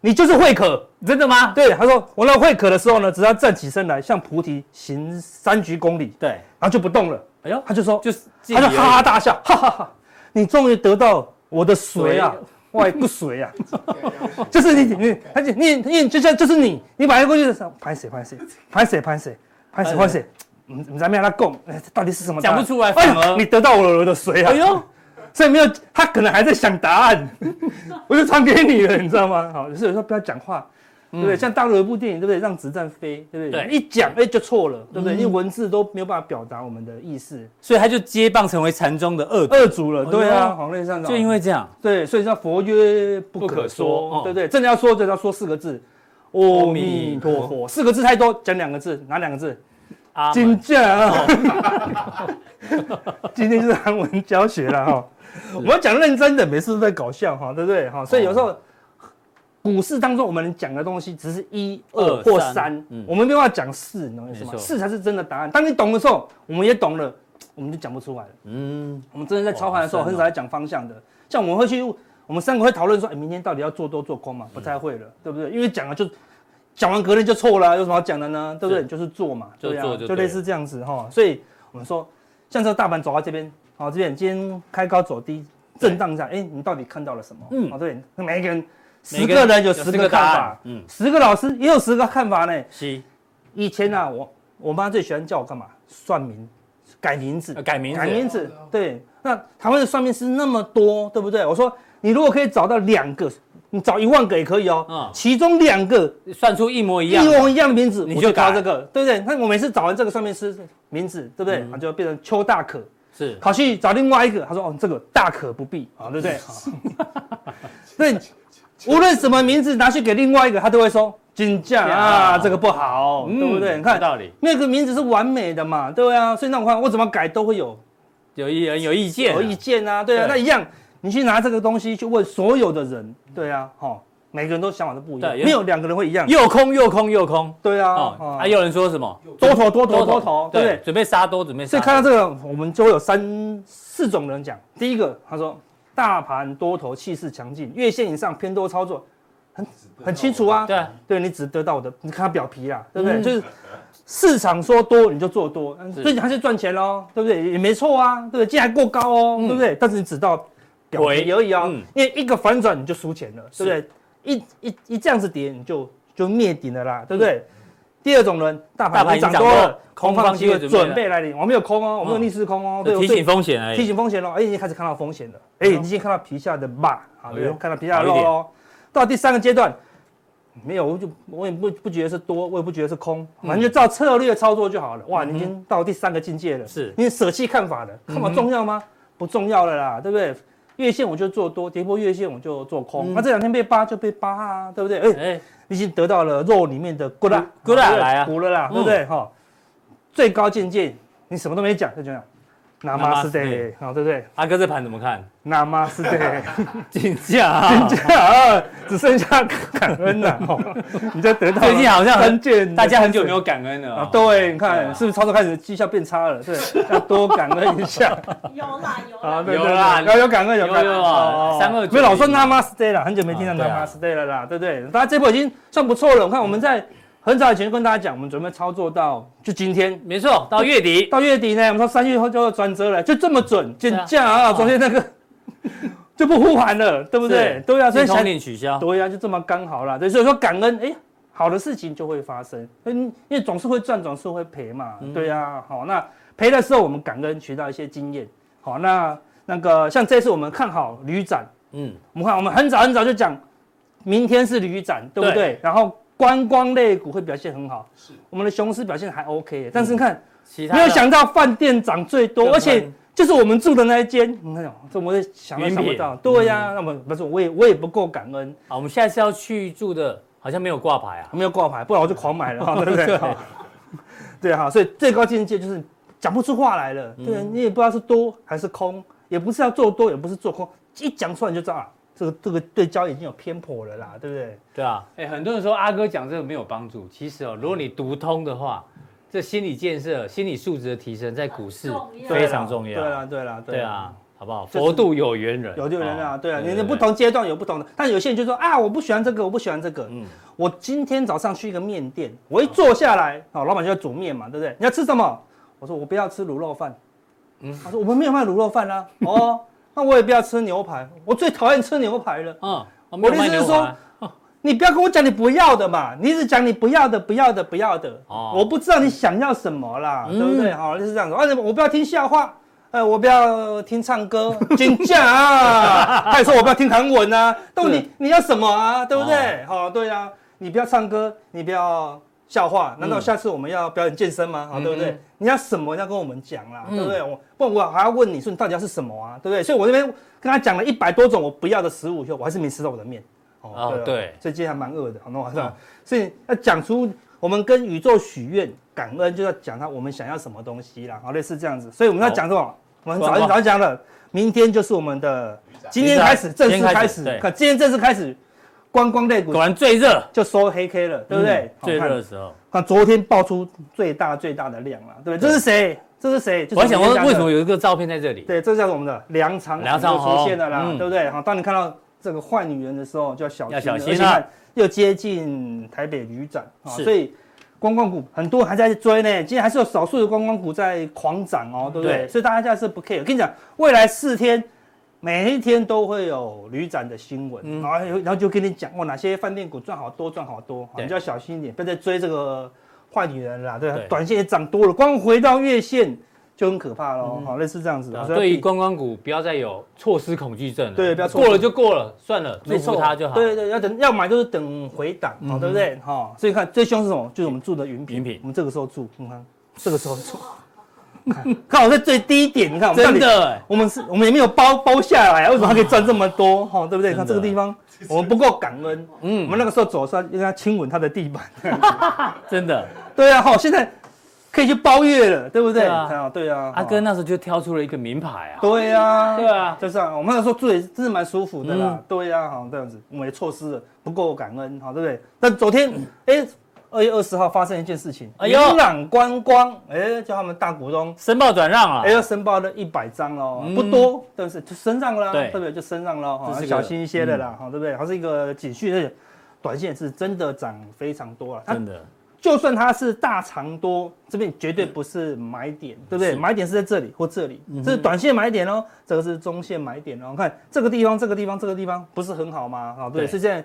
Speaker 1: 你就是会渴。
Speaker 2: 真的吗？
Speaker 1: 对，他说我那会渴的时候呢，只要站起身来，向菩提行三鞠躬礼，
Speaker 2: 对，
Speaker 1: 然后就不动了。
Speaker 2: 哎呦，
Speaker 1: 他就说，
Speaker 2: 就是
Speaker 1: 他就
Speaker 2: 介于
Speaker 1: 哈哈大笑，哈哈哈！你终于得到我的水啊
Speaker 2: 水，
Speaker 1: 外不水
Speaker 2: [laughs]
Speaker 1: 啊，就是你你，而且你你就像就是你，你把它过去的时候，拍谁拍谁，拍谁拍谁，拍谁拍谁，嗯，你在面他供，哎，这到底是什么答案？
Speaker 2: 哎讲不出来
Speaker 1: 哎呀
Speaker 2: 反而
Speaker 1: 你得到我的水啊！
Speaker 2: 哎呦，
Speaker 1: 所以没有，他可能还在想答案， [laughs] 我就传给你了，你知道吗？好，就是有时候不要讲话，对不对？像大陆有一部电影，对不对？让子弹飞，对不对？
Speaker 2: 嗯对
Speaker 1: 一讲，哎，就错了，对不对？
Speaker 2: 嗯
Speaker 1: 因为文字都没有办法表达我们的意思，
Speaker 2: 所以他就接棒成为禅宗的恶徒，
Speaker 1: 恶主了，对
Speaker 2: 哎
Speaker 1: 啊，
Speaker 2: 呦
Speaker 1: 好类上
Speaker 2: 就因为这样，
Speaker 1: 对，所以叫佛曰不
Speaker 2: 不可
Speaker 1: 可
Speaker 2: 说哦
Speaker 1: 说，对不对？真的要说，就要说四个字，
Speaker 2: 阿
Speaker 1: 阿
Speaker 2: 弥
Speaker 1: 弥
Speaker 2: 陀
Speaker 1: 陀佛。四个字太多，讲两个字，哪两个字？
Speaker 2: 啊，
Speaker 1: 金价。哦 [laughs] 今天就是韩文教学了哈，我们要讲认真的，每次都在搞笑哈，对不对哈？所以有时候股市当中我们讲的东西只是一
Speaker 2: 二
Speaker 1: 二或
Speaker 2: 三
Speaker 1: 三
Speaker 2: 嗯，
Speaker 1: 我们没有办法讲四，你懂我意思
Speaker 2: 没错
Speaker 1: 吗？四才是真的答案。当你懂的时候，我们也懂了，我们就讲不出来了。
Speaker 2: 嗯，
Speaker 1: 我们真的在操盘的时候，
Speaker 2: 哇好
Speaker 1: 很
Speaker 2: 深哦
Speaker 1: 少在讲方向的。像我们会去，我们三个会讨论说，哎，明天到底要做多做空
Speaker 2: 嗯
Speaker 1: 嘛？不太会了，对不对？因为讲了就讲完隔天就错了啊，有什么好讲的呢？对不对？
Speaker 2: 是
Speaker 1: 就是做嘛，
Speaker 2: 就
Speaker 1: 对啊
Speaker 2: 做就对
Speaker 1: 就类似这样子哈。所以我们说，像这个大盘走到这边，哦好，这边今天开高走低，震荡一下，哎，你到底看到了什么？
Speaker 2: 嗯
Speaker 1: 嗯，哦，对，那每一个人
Speaker 2: 每
Speaker 1: 十个人有
Speaker 2: 有
Speaker 1: 十
Speaker 2: 10
Speaker 1: 个看
Speaker 2: 答
Speaker 1: 法
Speaker 2: 案，，嗯，
Speaker 1: 十个老师也有十个看法呢。
Speaker 2: 西
Speaker 1: 以前啊，我我妈最喜欢叫我干嘛？算命，改名字。
Speaker 2: 改名
Speaker 1: 呃改名
Speaker 2: 字，
Speaker 1: 字，对。那台湾的算命师那么多，对不对？我说你如果可以找到两个，你找一万个也可以哦。
Speaker 2: 嗯
Speaker 1: 其中两个
Speaker 2: 算出一模一
Speaker 1: 一
Speaker 2: 样的，
Speaker 1: 模一样的名字，
Speaker 2: 你
Speaker 1: 我
Speaker 2: 就
Speaker 1: 就
Speaker 2: 改
Speaker 1: 搞这个，对不对？那我每次找完这个算命师名字，对不对？
Speaker 2: 嗯
Speaker 1: 他就变成邱大可。
Speaker 2: 是
Speaker 1: 跑去找另外一个，他说：“哦，这个大可不必啊，
Speaker 2: 嗯
Speaker 1: 对不对？”对，无论什么名字拿去给另外一个，他都会说：“金价啊，这个不好，
Speaker 2: 嗯
Speaker 1: 对不对？你看
Speaker 2: 有道理，
Speaker 1: 那个名字是完美的嘛，对啊，所以那我看我怎么改都会有
Speaker 2: 有意人有意见啊，
Speaker 1: 有意见啊，对啊，
Speaker 2: 对
Speaker 1: 那一样，你去拿这个东西去问所有的人，对啊，哈，每个人都想法都不一样，
Speaker 2: 对有
Speaker 1: 没有两个人会一样，
Speaker 2: 又空又空又空。
Speaker 1: 对啊，
Speaker 2: 哦，
Speaker 1: 啊
Speaker 2: 还有人说什么
Speaker 1: 多头多头多头，对不对？
Speaker 2: 准备杀多，准备杀
Speaker 1: 所以
Speaker 2: 多。
Speaker 1: 看到这个，我们就会有三四种人讲。第一个，他说大盘多头气势强劲，月线以上偏多操作，很很清楚啊。
Speaker 2: 对啊
Speaker 1: 对，你只得到我的，你看他表皮啦，对不对？
Speaker 2: 嗯
Speaker 1: 就是市场说多你就做多，嗯
Speaker 2: 是
Speaker 1: 最近还是赚钱喽，对不对？也没错啊，对不对？竟然还过高哦，对不对？但是你只到表皮
Speaker 2: 嗯回
Speaker 1: 而已啊，
Speaker 2: 嗯
Speaker 1: 因为一个反转你就输钱了，对不对？一一一这样子跌你就就灭顶了啦，对不对？第二种人，大
Speaker 2: 嗯大
Speaker 1: 盘
Speaker 2: 盘
Speaker 1: 已
Speaker 2: 已
Speaker 1: 经涨
Speaker 2: 经涨
Speaker 1: 多
Speaker 2: 多
Speaker 1: 了
Speaker 2: 了，
Speaker 1: 空
Speaker 2: 空
Speaker 1: 方
Speaker 2: 方
Speaker 1: 机
Speaker 2: 机会
Speaker 1: 会
Speaker 2: 准备
Speaker 1: 准
Speaker 2: 了
Speaker 1: 备来临。我没有空哦，我没有
Speaker 2: 嗯
Speaker 1: 逆势空哦，
Speaker 2: 就
Speaker 1: 我
Speaker 2: 提
Speaker 1: 最
Speaker 2: 醒风险而
Speaker 1: 提
Speaker 2: 已。
Speaker 1: 醒风险喽，哎，已经开始看到风险了，哎，已经看到皮下的疤啊，
Speaker 2: 哎呦
Speaker 1: 看到皮下的
Speaker 2: 好
Speaker 1: 肉
Speaker 2: 一点
Speaker 1: 喽。到第三个阶段，没有，我就我也不不觉得是多，我也不觉得是空，
Speaker 2: 嗯
Speaker 1: 反正就照策略操作就好了。哇，你已经到第三个境界了，
Speaker 2: 是嗯
Speaker 1: 你舍弃看法了，看法重要吗？不重要了啦，对不对？月线我就做多，跌破月线我就做
Speaker 2: 嗯
Speaker 1: 空。那这两天被扒就被扒啊，对不对？哎，
Speaker 2: 哎，
Speaker 1: 已经得到了肉里面的骨啦，
Speaker 2: 骨啦
Speaker 1: 对不对
Speaker 2: 来啊
Speaker 1: 骨了啦，对不对？哈，最高境界你什么都没讲，就这样。拿马斯
Speaker 2: Namaste
Speaker 1: 得，好对不对？
Speaker 2: 阿哥这盘怎么看？
Speaker 1: [laughs] 拿马斯
Speaker 2: [laughs]
Speaker 1: 得，
Speaker 2: 竞价啊，
Speaker 1: 人家只剩下感恩
Speaker 2: [laughs]
Speaker 1: 了，哦你就得到了
Speaker 2: 最近好像
Speaker 1: 三件，
Speaker 2: [laughs] 大家很久没有感恩了
Speaker 1: 啊
Speaker 2: 哦。，
Speaker 1: 对，你
Speaker 2: 对
Speaker 1: 看
Speaker 2: 啊
Speaker 1: 是不是操作开始绩效变差了？对，要多感恩一下
Speaker 4: 有啦有
Speaker 1: 啊，
Speaker 4: 啦，
Speaker 1: 对
Speaker 2: 有
Speaker 1: 对
Speaker 2: 啦
Speaker 1: 对要有感恩，有感
Speaker 2: 有
Speaker 1: 恩
Speaker 2: 有啊
Speaker 1: 哦
Speaker 2: 329
Speaker 1: 没有老说 Namaste 了，很久没听到
Speaker 2: 啊对啊
Speaker 1: Namaste 了啦，对不对？大家这波已经算不错了，我看我们在很早以前就跟大家讲，我们准备操作到就今天
Speaker 2: 没错，到月底，
Speaker 1: 到月底呢，我们说三月后就要转折了，就这么准，减价啊！
Speaker 2: 哦
Speaker 1: 昨天那
Speaker 2: [laughs]
Speaker 1: 个就不呼喊了，对不对
Speaker 2: 是？
Speaker 1: 对啊，所以
Speaker 2: 所
Speaker 1: 想
Speaker 2: 通联取消。
Speaker 1: 对呀、啊就这么刚好啦。对，所以说感恩，哎，好的事情就会发生，嗯，因为总是会赚，总是会赔嘛，
Speaker 2: 嗯
Speaker 1: 对呀、好，那赔的时候我们感恩，学到一些经验。好，那那个像这次我们看好旅展，
Speaker 2: 嗯，
Speaker 1: 我们看我们很早很早就讲，明天是旅展，对不对？
Speaker 2: 对
Speaker 1: 然后观光类股会表现很好，是我们的雄狮表现还 OK，耶但是你看。
Speaker 2: 嗯其他
Speaker 1: 没有想到饭店涨最多，
Speaker 2: 对
Speaker 1: 而且就是我们住的那一间，那种这我也想都
Speaker 2: 云
Speaker 1: 想不
Speaker 2: 品嗯
Speaker 1: 到。对呀、那么不是我也我也不够感恩，
Speaker 2: 啊，我们下次要去住的，好像没有挂牌啊。
Speaker 1: 没有挂牌，不然我就狂买了，
Speaker 2: [laughs]
Speaker 1: 哈，对不对？哈 [laughs] 对哈，所以最高境界就是讲不出话来了，
Speaker 2: 嗯
Speaker 1: 对啊你也不知道是多还是空，也不是要做多，也不是做空，一讲出来你就知道啊，这个这个对交易已经有偏颇了啦，对不对？
Speaker 2: 对啊，哎、很多人说阿哥讲这个没有帮助，其实哦，如果你读通的话，这心理建设、心理素质的提升，在股市
Speaker 4: 很重要
Speaker 2: 非常重要。
Speaker 1: 对啦，对啦，
Speaker 2: 对啊，好不好？
Speaker 1: 就是
Speaker 2: 佛度有缘人，
Speaker 1: 有就有人啊，
Speaker 2: 哦
Speaker 1: 对啊，你你不，同阶段有不同的，但有些人就说啊，我不喜欢这个，我不喜欢这个。
Speaker 2: 嗯
Speaker 1: 我今天早上去一个面店，我一坐下来，哦，老板就要煮面嘛，对不对？你要吃什么？我说我不要吃卤肉饭。嗯，他说我们没有卖卤肉饭啦、哦，那我也不要吃牛排，我最讨厌吃牛排了。
Speaker 2: 嗯，我
Speaker 1: 我的意思是说，
Speaker 2: 啊
Speaker 1: 你不要跟我讲你不要的嘛，你一直讲你不要的、不要的、不要的，
Speaker 2: 哦
Speaker 1: 我不知道你想要什么啦，
Speaker 2: 嗯
Speaker 1: 对不对？好、就是这样子。而、且我不要听笑话，呃，我不要听唱歌， [laughs] 金价
Speaker 2: [laughs]
Speaker 1: 啊，他也说我不要听韩文啊，到底你要什么啊？对不对？
Speaker 2: 哦
Speaker 1: 好、对啊，你不要唱歌，你不要笑话，难道下次我们要表演健身吗？好、哦对不对？
Speaker 2: 嗯
Speaker 1: 你要什么要跟我们讲啦，
Speaker 2: 嗯
Speaker 1: 对不对？我不然我还要问你说你到底要是什么啊，对不对？所以我这边跟他讲了一百多种我不要的食物以后，我还是没吃到我的面。
Speaker 2: 哦
Speaker 1: 啊
Speaker 2: 对啊
Speaker 1: 所以今天还蛮饿的，哦好，那晚上，所以要讲出我们跟宇宙许愿、感恩，就要讲到我们想要什么东西啦，好，类似这样子。所以我们要讲什么？我们早
Speaker 2: 观
Speaker 1: 就
Speaker 2: 光
Speaker 1: 早就讲了，明天就是我们的，今天
Speaker 2: 旅展
Speaker 1: 开始正
Speaker 2: 今
Speaker 1: 式
Speaker 2: 天开
Speaker 1: 开
Speaker 2: 始
Speaker 1: 始
Speaker 2: 对，
Speaker 1: 看今天正式开始，观光类股
Speaker 2: 果然最热，
Speaker 1: 就收黑 K 了，对不对
Speaker 2: 嗯？最
Speaker 1: 好
Speaker 2: 热
Speaker 1: 看
Speaker 2: 的时候，
Speaker 1: 看昨天爆出最大最大的量了，对不对？这是谁？这是谁？就是
Speaker 2: 我还想
Speaker 1: 我们
Speaker 2: 问，
Speaker 1: 家的
Speaker 2: 为什么有一个照片在这里？
Speaker 1: 对，这叫做我们的梁长
Speaker 2: 梁长
Speaker 1: 就出
Speaker 2: 虹
Speaker 1: 现了啦，
Speaker 2: 嗯
Speaker 1: 对不对？好，当你看到这个坏女人的时候，就要小心了，
Speaker 2: 要小心
Speaker 1: 而且
Speaker 2: 了
Speaker 1: 看又接近台北旅展啊，
Speaker 2: 是
Speaker 1: 所以观光股很多还在追呢，今天还是有少数的观光股在狂涨哦，对不对？
Speaker 2: 对
Speaker 1: 所以大家现在是不 care。我跟你讲，未来四天。每一天都会有旅展的新闻，
Speaker 2: 嗯
Speaker 1: 然后然后就跟你讲哦，哪些饭店股赚好多赚好多，啊
Speaker 2: 对
Speaker 1: 你就要小心一点，不要再追这个坏女人了啦，对吧啊
Speaker 2: 对
Speaker 1: 短线也涨多了，光回到月线就很可怕喽，好、类似这样子。
Speaker 2: 对啊
Speaker 1: 所以要
Speaker 2: 对于
Speaker 1: 避
Speaker 2: 观光股，不要再有错失恐惧症了。
Speaker 1: 对不要错失
Speaker 2: 过了就过了，算了，祝
Speaker 1: 没
Speaker 2: 福
Speaker 1: 错，
Speaker 2: 它就好。嗯
Speaker 1: 对对，要等要买就是等回档，好、对不对？哈、所以看最凶是什么？就是我们住的云品。
Speaker 2: 云品
Speaker 1: [laughs] 我们这个时候住，你看这个时候住，看我在最低点，你看我们到
Speaker 2: 真
Speaker 1: 底，
Speaker 2: 的欸，
Speaker 1: 我们是我们也没有包包下来啊，为什么它可以赚这么多？哈、对不对？
Speaker 2: 嗯真的
Speaker 1: 看这个地方，我们不够感恩。我
Speaker 2: 嗯，
Speaker 1: 们那个时候走是要跟他亲吻他的地板， [laughs]
Speaker 2: 真的，
Speaker 1: 对啊，好，现在可以去包月了，对不对？
Speaker 2: 对啊
Speaker 1: 对啊，
Speaker 2: 阿哥那时候就挑出了一个名牌啊，
Speaker 1: 对啊，
Speaker 2: 对啊，
Speaker 1: 就是啊，我们那时候住也真的蛮舒服的啦。
Speaker 2: 嗯
Speaker 1: 对呀、啊，好这样子，我们也错失了，不够感恩，好对不对？但嗯昨天，哎、二月二十号发生一件事情，
Speaker 2: 哎呦
Speaker 1: 云朗观光，哎、叫他们大股东，
Speaker 2: 申报转让啊
Speaker 1: 哎、，要申报了一百张喽，
Speaker 2: 嗯
Speaker 1: 不多，但是就升上了，
Speaker 2: 对
Speaker 1: 对不对？就升上了，
Speaker 2: 这
Speaker 1: 哈，
Speaker 2: 是
Speaker 1: 要小
Speaker 2: 个嗯
Speaker 1: 心一些的啦，哈、对不对？它是一个警讯，而且短线是真的涨非常多了，它
Speaker 2: 真的，
Speaker 1: 就算它是大长多，这边绝对不是买点，对不对？
Speaker 2: 嗯是嗯
Speaker 1: 买点是在这里或这里，这是短线买点哦，这个是中线买点哦。看这个地方，这个地方，这个地方不是很好吗？啊，对，
Speaker 2: 对
Speaker 1: 是这样，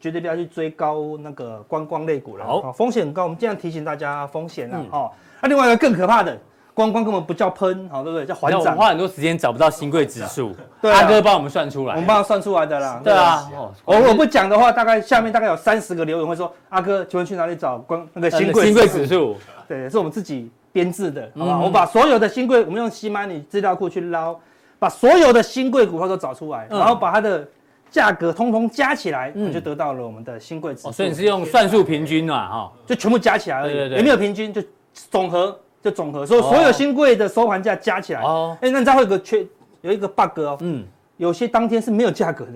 Speaker 1: 绝对不要去追高那个观光类股了，
Speaker 2: 好
Speaker 1: 哦风险很高。我们尽量提醒大家风险啊
Speaker 2: 嗯，
Speaker 1: 哦。那另外一个更可怕的，观光根本不叫喷，好，对不对？叫还
Speaker 2: 你看我们
Speaker 1: 涨，
Speaker 2: 花很多时间找不到新贵指数，
Speaker 1: 对啊
Speaker 2: 阿哥帮我们算出来，
Speaker 1: 我们帮他算出来的啦。
Speaker 2: 对啊，哦
Speaker 1: 我我不讲的话，大概下面大概有三十个留言会说：“阿哥，请问去哪里找光那个新贵
Speaker 2: 呃新贵指数，
Speaker 1: 对，是我们自己编制的，好吧？
Speaker 2: 嗯
Speaker 1: 我把所有的新贵，我们用西 money 资料库去捞，把所有的新贵股票都找出来，
Speaker 2: 嗯
Speaker 1: 然后把它的价格通通加起来，
Speaker 2: 嗯
Speaker 1: 你就得到了我们的新贵指数。
Speaker 2: 哦，所以你是用算术平均嘛，哈，
Speaker 1: 就全部加起来而已，
Speaker 2: 对对对
Speaker 1: 也没有平均，就总和就总和，所以所有新贵的收盘价加起来。哎、
Speaker 2: 哦，
Speaker 1: 那你知道会有个缺，有一个 bug 哦，
Speaker 2: 嗯，
Speaker 1: 有些当天是没有价格的，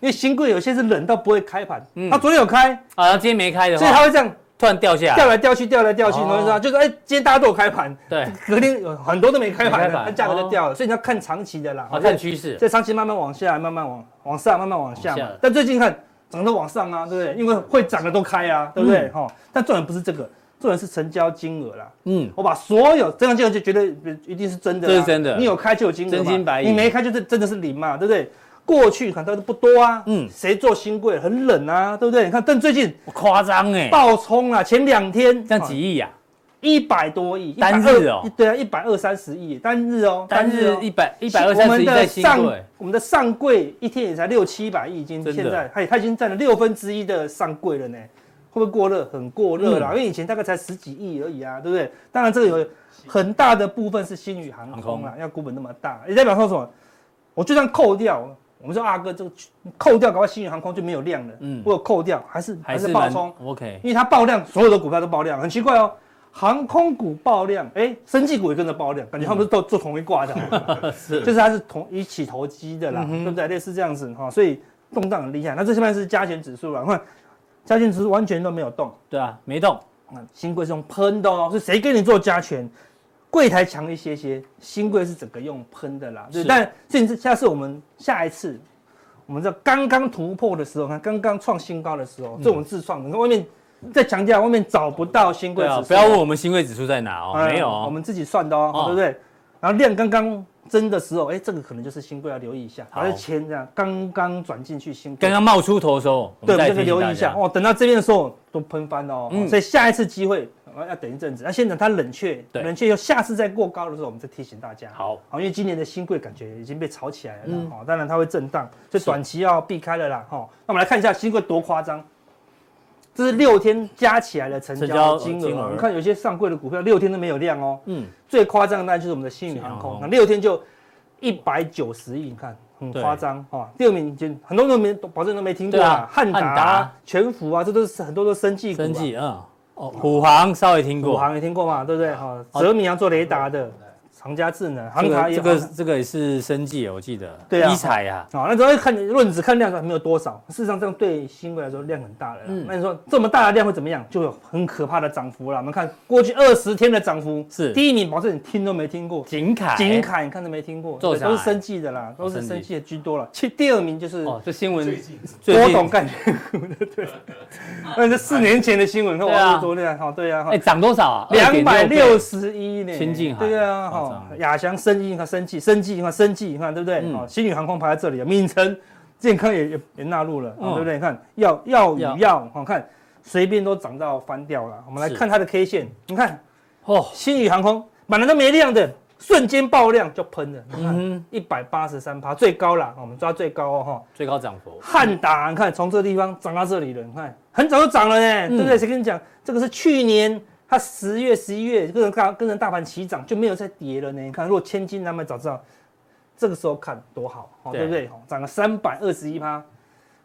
Speaker 1: 因为新贵有些是冷到不会开盘，
Speaker 2: 嗯
Speaker 1: 它昨天有开，
Speaker 2: 啊，然后今天没开的
Speaker 1: 所以它
Speaker 2: 话，
Speaker 1: 会这样
Speaker 2: 突然掉下
Speaker 1: 掉
Speaker 2: 来，
Speaker 1: 来掉去，掉来掉去，
Speaker 2: 哦
Speaker 1: 然后就就是哎，今天大家都有开盘，
Speaker 2: 对，
Speaker 1: 隔天有很多都没开
Speaker 2: 没
Speaker 1: 盘
Speaker 2: 开
Speaker 1: 的，
Speaker 2: 盘
Speaker 1: 它价格就掉了，所以你要看长期的啦，
Speaker 2: 啊，看趋势，
Speaker 1: 这长期慢慢往下，慢慢往往上，慢慢往下
Speaker 2: 往
Speaker 1: 嘛
Speaker 2: 下。
Speaker 1: 但最近看涨得往上啊，对不对？因为会涨的都开
Speaker 2: 嗯
Speaker 1: 啊，对不对？哈，但重点不是这个，重点是成交金额啦。
Speaker 2: 嗯，
Speaker 1: 我把所有这样金额就绝对一定是真的啦，
Speaker 2: 这是真的
Speaker 1: 你有开就有金额嘛，
Speaker 2: 真金白银
Speaker 1: 你没开就是真的是零嘛，对不对？过去看到的不多啊，
Speaker 2: 嗯
Speaker 1: 嗯，谁做新贵很冷啊，对不对？你看，但最近
Speaker 2: 夸张哎，
Speaker 1: 爆冲啊，前两天
Speaker 2: 这样几亿啊呀，
Speaker 1: 一百多亿，
Speaker 2: 单日哦
Speaker 1: 120对啊，一百二三十亿单日哦，
Speaker 2: 单日
Speaker 1: 哦
Speaker 2: 一百一百二三十亿
Speaker 1: 我们
Speaker 2: 在
Speaker 1: 的
Speaker 2: 新
Speaker 1: 上
Speaker 2: 贵，
Speaker 1: 我们的上柜一天也才六七百亿，已经
Speaker 2: 真的
Speaker 1: 现在它它已经占了六分之一的上柜了呢，会不会过热？很过热啦，
Speaker 2: 嗯
Speaker 1: 因为以前大概才十几亿而已啊，对不对？当然这个有很大的部分是新宇航空
Speaker 2: 航
Speaker 1: 啦，要股本那么大，也代表说什么？我就算扣掉，我们说阿哥这个扣掉，搞不好新宇航空就没有量了，
Speaker 2: 嗯
Speaker 1: 嗯，我有扣掉还是还
Speaker 2: 还
Speaker 1: 是
Speaker 2: 是
Speaker 1: 爆
Speaker 2: 蛮
Speaker 1: 冲，
Speaker 2: OK，
Speaker 1: 因为它爆量，所有的股票都爆量，很奇怪哦。航空股爆量，哎、生技股也跟着爆量，感觉他们都做同一挂的， [laughs]
Speaker 2: 是
Speaker 1: 就是它是同一起投机的啦，对不对？类似这样子哈、所以动荡很厉害。那这下面是加权指数了，啊看加权指数完全都没有动，
Speaker 2: 对啊，没动，
Speaker 1: 那新贵是用喷的哦，是谁给你做加权？柜台强一些些，新贵是整个用喷的啦。对，
Speaker 2: 是
Speaker 1: 但这次下次我们下一次，我们在刚刚突破的时候，看刚刚创新高的时
Speaker 2: 嗯
Speaker 1: 候，这我们自创的，你看外面再强调，外面找不到新贵
Speaker 2: 对
Speaker 1: 指
Speaker 2: 啊，
Speaker 1: 数，
Speaker 2: 不要问我们新贵指数在哪哦，
Speaker 1: 哎
Speaker 2: 没有
Speaker 1: 我
Speaker 2: 哦，
Speaker 1: 们自己算的哦，
Speaker 2: 哦
Speaker 1: 对不对？然后量刚刚增的时候，哎，这个可能就是新贵要留意一下，
Speaker 2: 好
Speaker 1: 好像钱这样刚刚转进去新贵，
Speaker 2: 刚刚冒出头的时候，
Speaker 1: 对，
Speaker 2: 我们
Speaker 1: 我们就可
Speaker 2: 再提
Speaker 1: 以
Speaker 2: 醒
Speaker 1: 留意
Speaker 2: 大
Speaker 1: 一
Speaker 2: 家
Speaker 1: 下哦。等到这边的时候都喷翻了哦，
Speaker 2: 嗯
Speaker 1: 所以下一次机会呃要等一阵子，那现在它冷却，
Speaker 2: 对
Speaker 1: 冷却以后下次再过高的时候，我们再提醒大家。
Speaker 2: 好，
Speaker 1: 好，因为今年的新贵感觉已经被炒起来了啦，
Speaker 2: 嗯
Speaker 1: 哦，当然它会震荡，所以
Speaker 2: 是
Speaker 1: 短期要避开了啦，哦。那我们来看一下新贵多夸张，这是六天加起来的成
Speaker 2: 成交
Speaker 1: 交
Speaker 2: 呃
Speaker 1: 金
Speaker 2: 金
Speaker 1: 额
Speaker 2: 额
Speaker 1: 哦，你看有些上柜的股票六天都没有量哦，
Speaker 2: 嗯，
Speaker 1: 最夸张的那就是我们的新宇
Speaker 2: 新宇
Speaker 1: 航
Speaker 2: 航空
Speaker 1: 空，那六天就一百九十亿，你看很
Speaker 2: 对
Speaker 1: 夸张哦。第二名就很多人都没保证都没听过
Speaker 2: 对啊
Speaker 1: 啊，汉达
Speaker 2: 汉达
Speaker 1: 啊、全福啊，这都是很多都生技股、啊。
Speaker 2: 生计，嗯，哦，虎航稍微听
Speaker 1: 虎
Speaker 2: 过，
Speaker 1: 航也听过嘛，对不对？哈，泽米阳做雷达的，长嘉智能、
Speaker 2: 啊这
Speaker 1: 航塔
Speaker 2: 个
Speaker 1: 也
Speaker 2: 这
Speaker 1: 有。
Speaker 2: 个这个也是生计，我记得，
Speaker 1: 对啊
Speaker 2: 一彩呀，
Speaker 1: 啊、那主要看论只看量还没有多少，事实上这样对新贵来说量很大了啦。
Speaker 2: 嗯
Speaker 1: 那你说这么大的量会怎么样？就有很可怕的涨幅了。我们看过去二十天的涨幅，
Speaker 2: 是
Speaker 1: 第一名，保证你听都没听过，
Speaker 2: 景凯，
Speaker 1: 景凯，你看都没听过，
Speaker 2: 做
Speaker 1: 对都
Speaker 2: 啥
Speaker 1: 是生计的啦，都是
Speaker 2: 生计
Speaker 1: 生计的居多了。其第二名就是
Speaker 2: 哦，这新闻
Speaker 1: 郭
Speaker 2: 最
Speaker 1: 董
Speaker 2: 近
Speaker 1: 干股的，对， [laughs] 那这四年前的新闻，看
Speaker 2: 对啊
Speaker 1: 哇，多厉害，好，对啊，
Speaker 2: 哎涨多少啊？
Speaker 1: 两百
Speaker 2: 2.6
Speaker 1: 六
Speaker 2: 倍，
Speaker 1: 十一呢，
Speaker 2: 亲近海
Speaker 1: 对啊，
Speaker 2: 夸
Speaker 1: 哈
Speaker 2: 张，
Speaker 1: 亚翔生意，你看生计，生计，你看生计，你看对不对？
Speaker 2: 嗯
Speaker 1: 哦，新宇航空排在这里，闽城健康也也也纳入了，
Speaker 2: 嗯
Speaker 1: 哦对不对？你看药药
Speaker 2: 药
Speaker 1: 与药，好看，随便都涨到翻掉了。哦我们来
Speaker 2: 是
Speaker 1: 看它的 K 线，你看
Speaker 2: 哦，
Speaker 1: 新宇航空本来都没量的，瞬间爆量就喷了，你看。
Speaker 2: 嗯，
Speaker 1: 一百八十三趴，最高啦，我们抓最高哦哈。
Speaker 2: 最高涨幅，
Speaker 1: 汉达，你看从这个地方涨到这里了，你看很早就涨了呢，
Speaker 2: 嗯
Speaker 1: 对不对？谁跟你讲？这个是去年它十月、十一月跟着大跟着大盘齐涨，就没有再跌了呢。你看，如果千金难买早知道，这个时候看多好，好、
Speaker 2: 对
Speaker 1: 对不对？哦涨了三百二十一趴，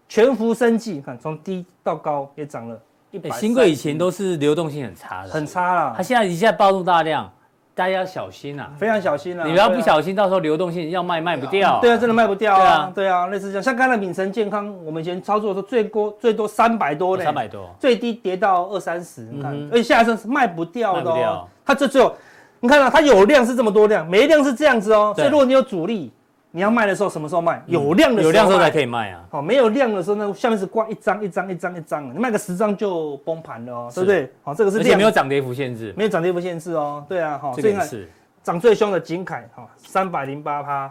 Speaker 1: 全幅生计，你看从低到高也涨了一百。
Speaker 2: 哎新贵以前都是流动性很差的，
Speaker 1: 很，差啦
Speaker 2: 它，现在一下暴露大量，大家要小心啊！
Speaker 1: 非常小心啦。啊
Speaker 2: 你不要不
Speaker 1: 心。
Speaker 2: 小心，到时候流动性要卖卖不掉。
Speaker 1: 对啊，真的卖不掉
Speaker 2: 对
Speaker 1: 啊
Speaker 2: 啊！
Speaker 1: 对啊，类似这样，像刚才闽城健康，我们以前操作的时候最多最多三百多呢，
Speaker 2: 哦三百多，
Speaker 1: 最低跌到二三十，你看
Speaker 2: 嗯，哼
Speaker 1: 而且下一次是卖不掉的
Speaker 2: 卖不
Speaker 1: 哦
Speaker 2: 掉。
Speaker 1: 它就只有，你看到啊它有量是这么多量，没量是这样子哦。
Speaker 2: 对嗯
Speaker 1: 所以如果你有主力，你要卖的时候什么时候卖？有量的时候
Speaker 2: 有量的时候才
Speaker 1: 以。
Speaker 2: 可以卖啊。
Speaker 1: 好，没有量的时候呢，下面是挂一张一张一张一张，你卖个十张就崩盘了哦，对不对？好，这个是
Speaker 2: 而且
Speaker 1: 量
Speaker 2: 没有涨跌幅限制，
Speaker 1: 没有涨跌幅限制哦。对啊，好，
Speaker 2: 这
Speaker 1: 所
Speaker 2: 个
Speaker 1: 以你
Speaker 2: 也
Speaker 1: 看
Speaker 2: 是，
Speaker 1: 涨最凶的景凯，哈，三百零八趴，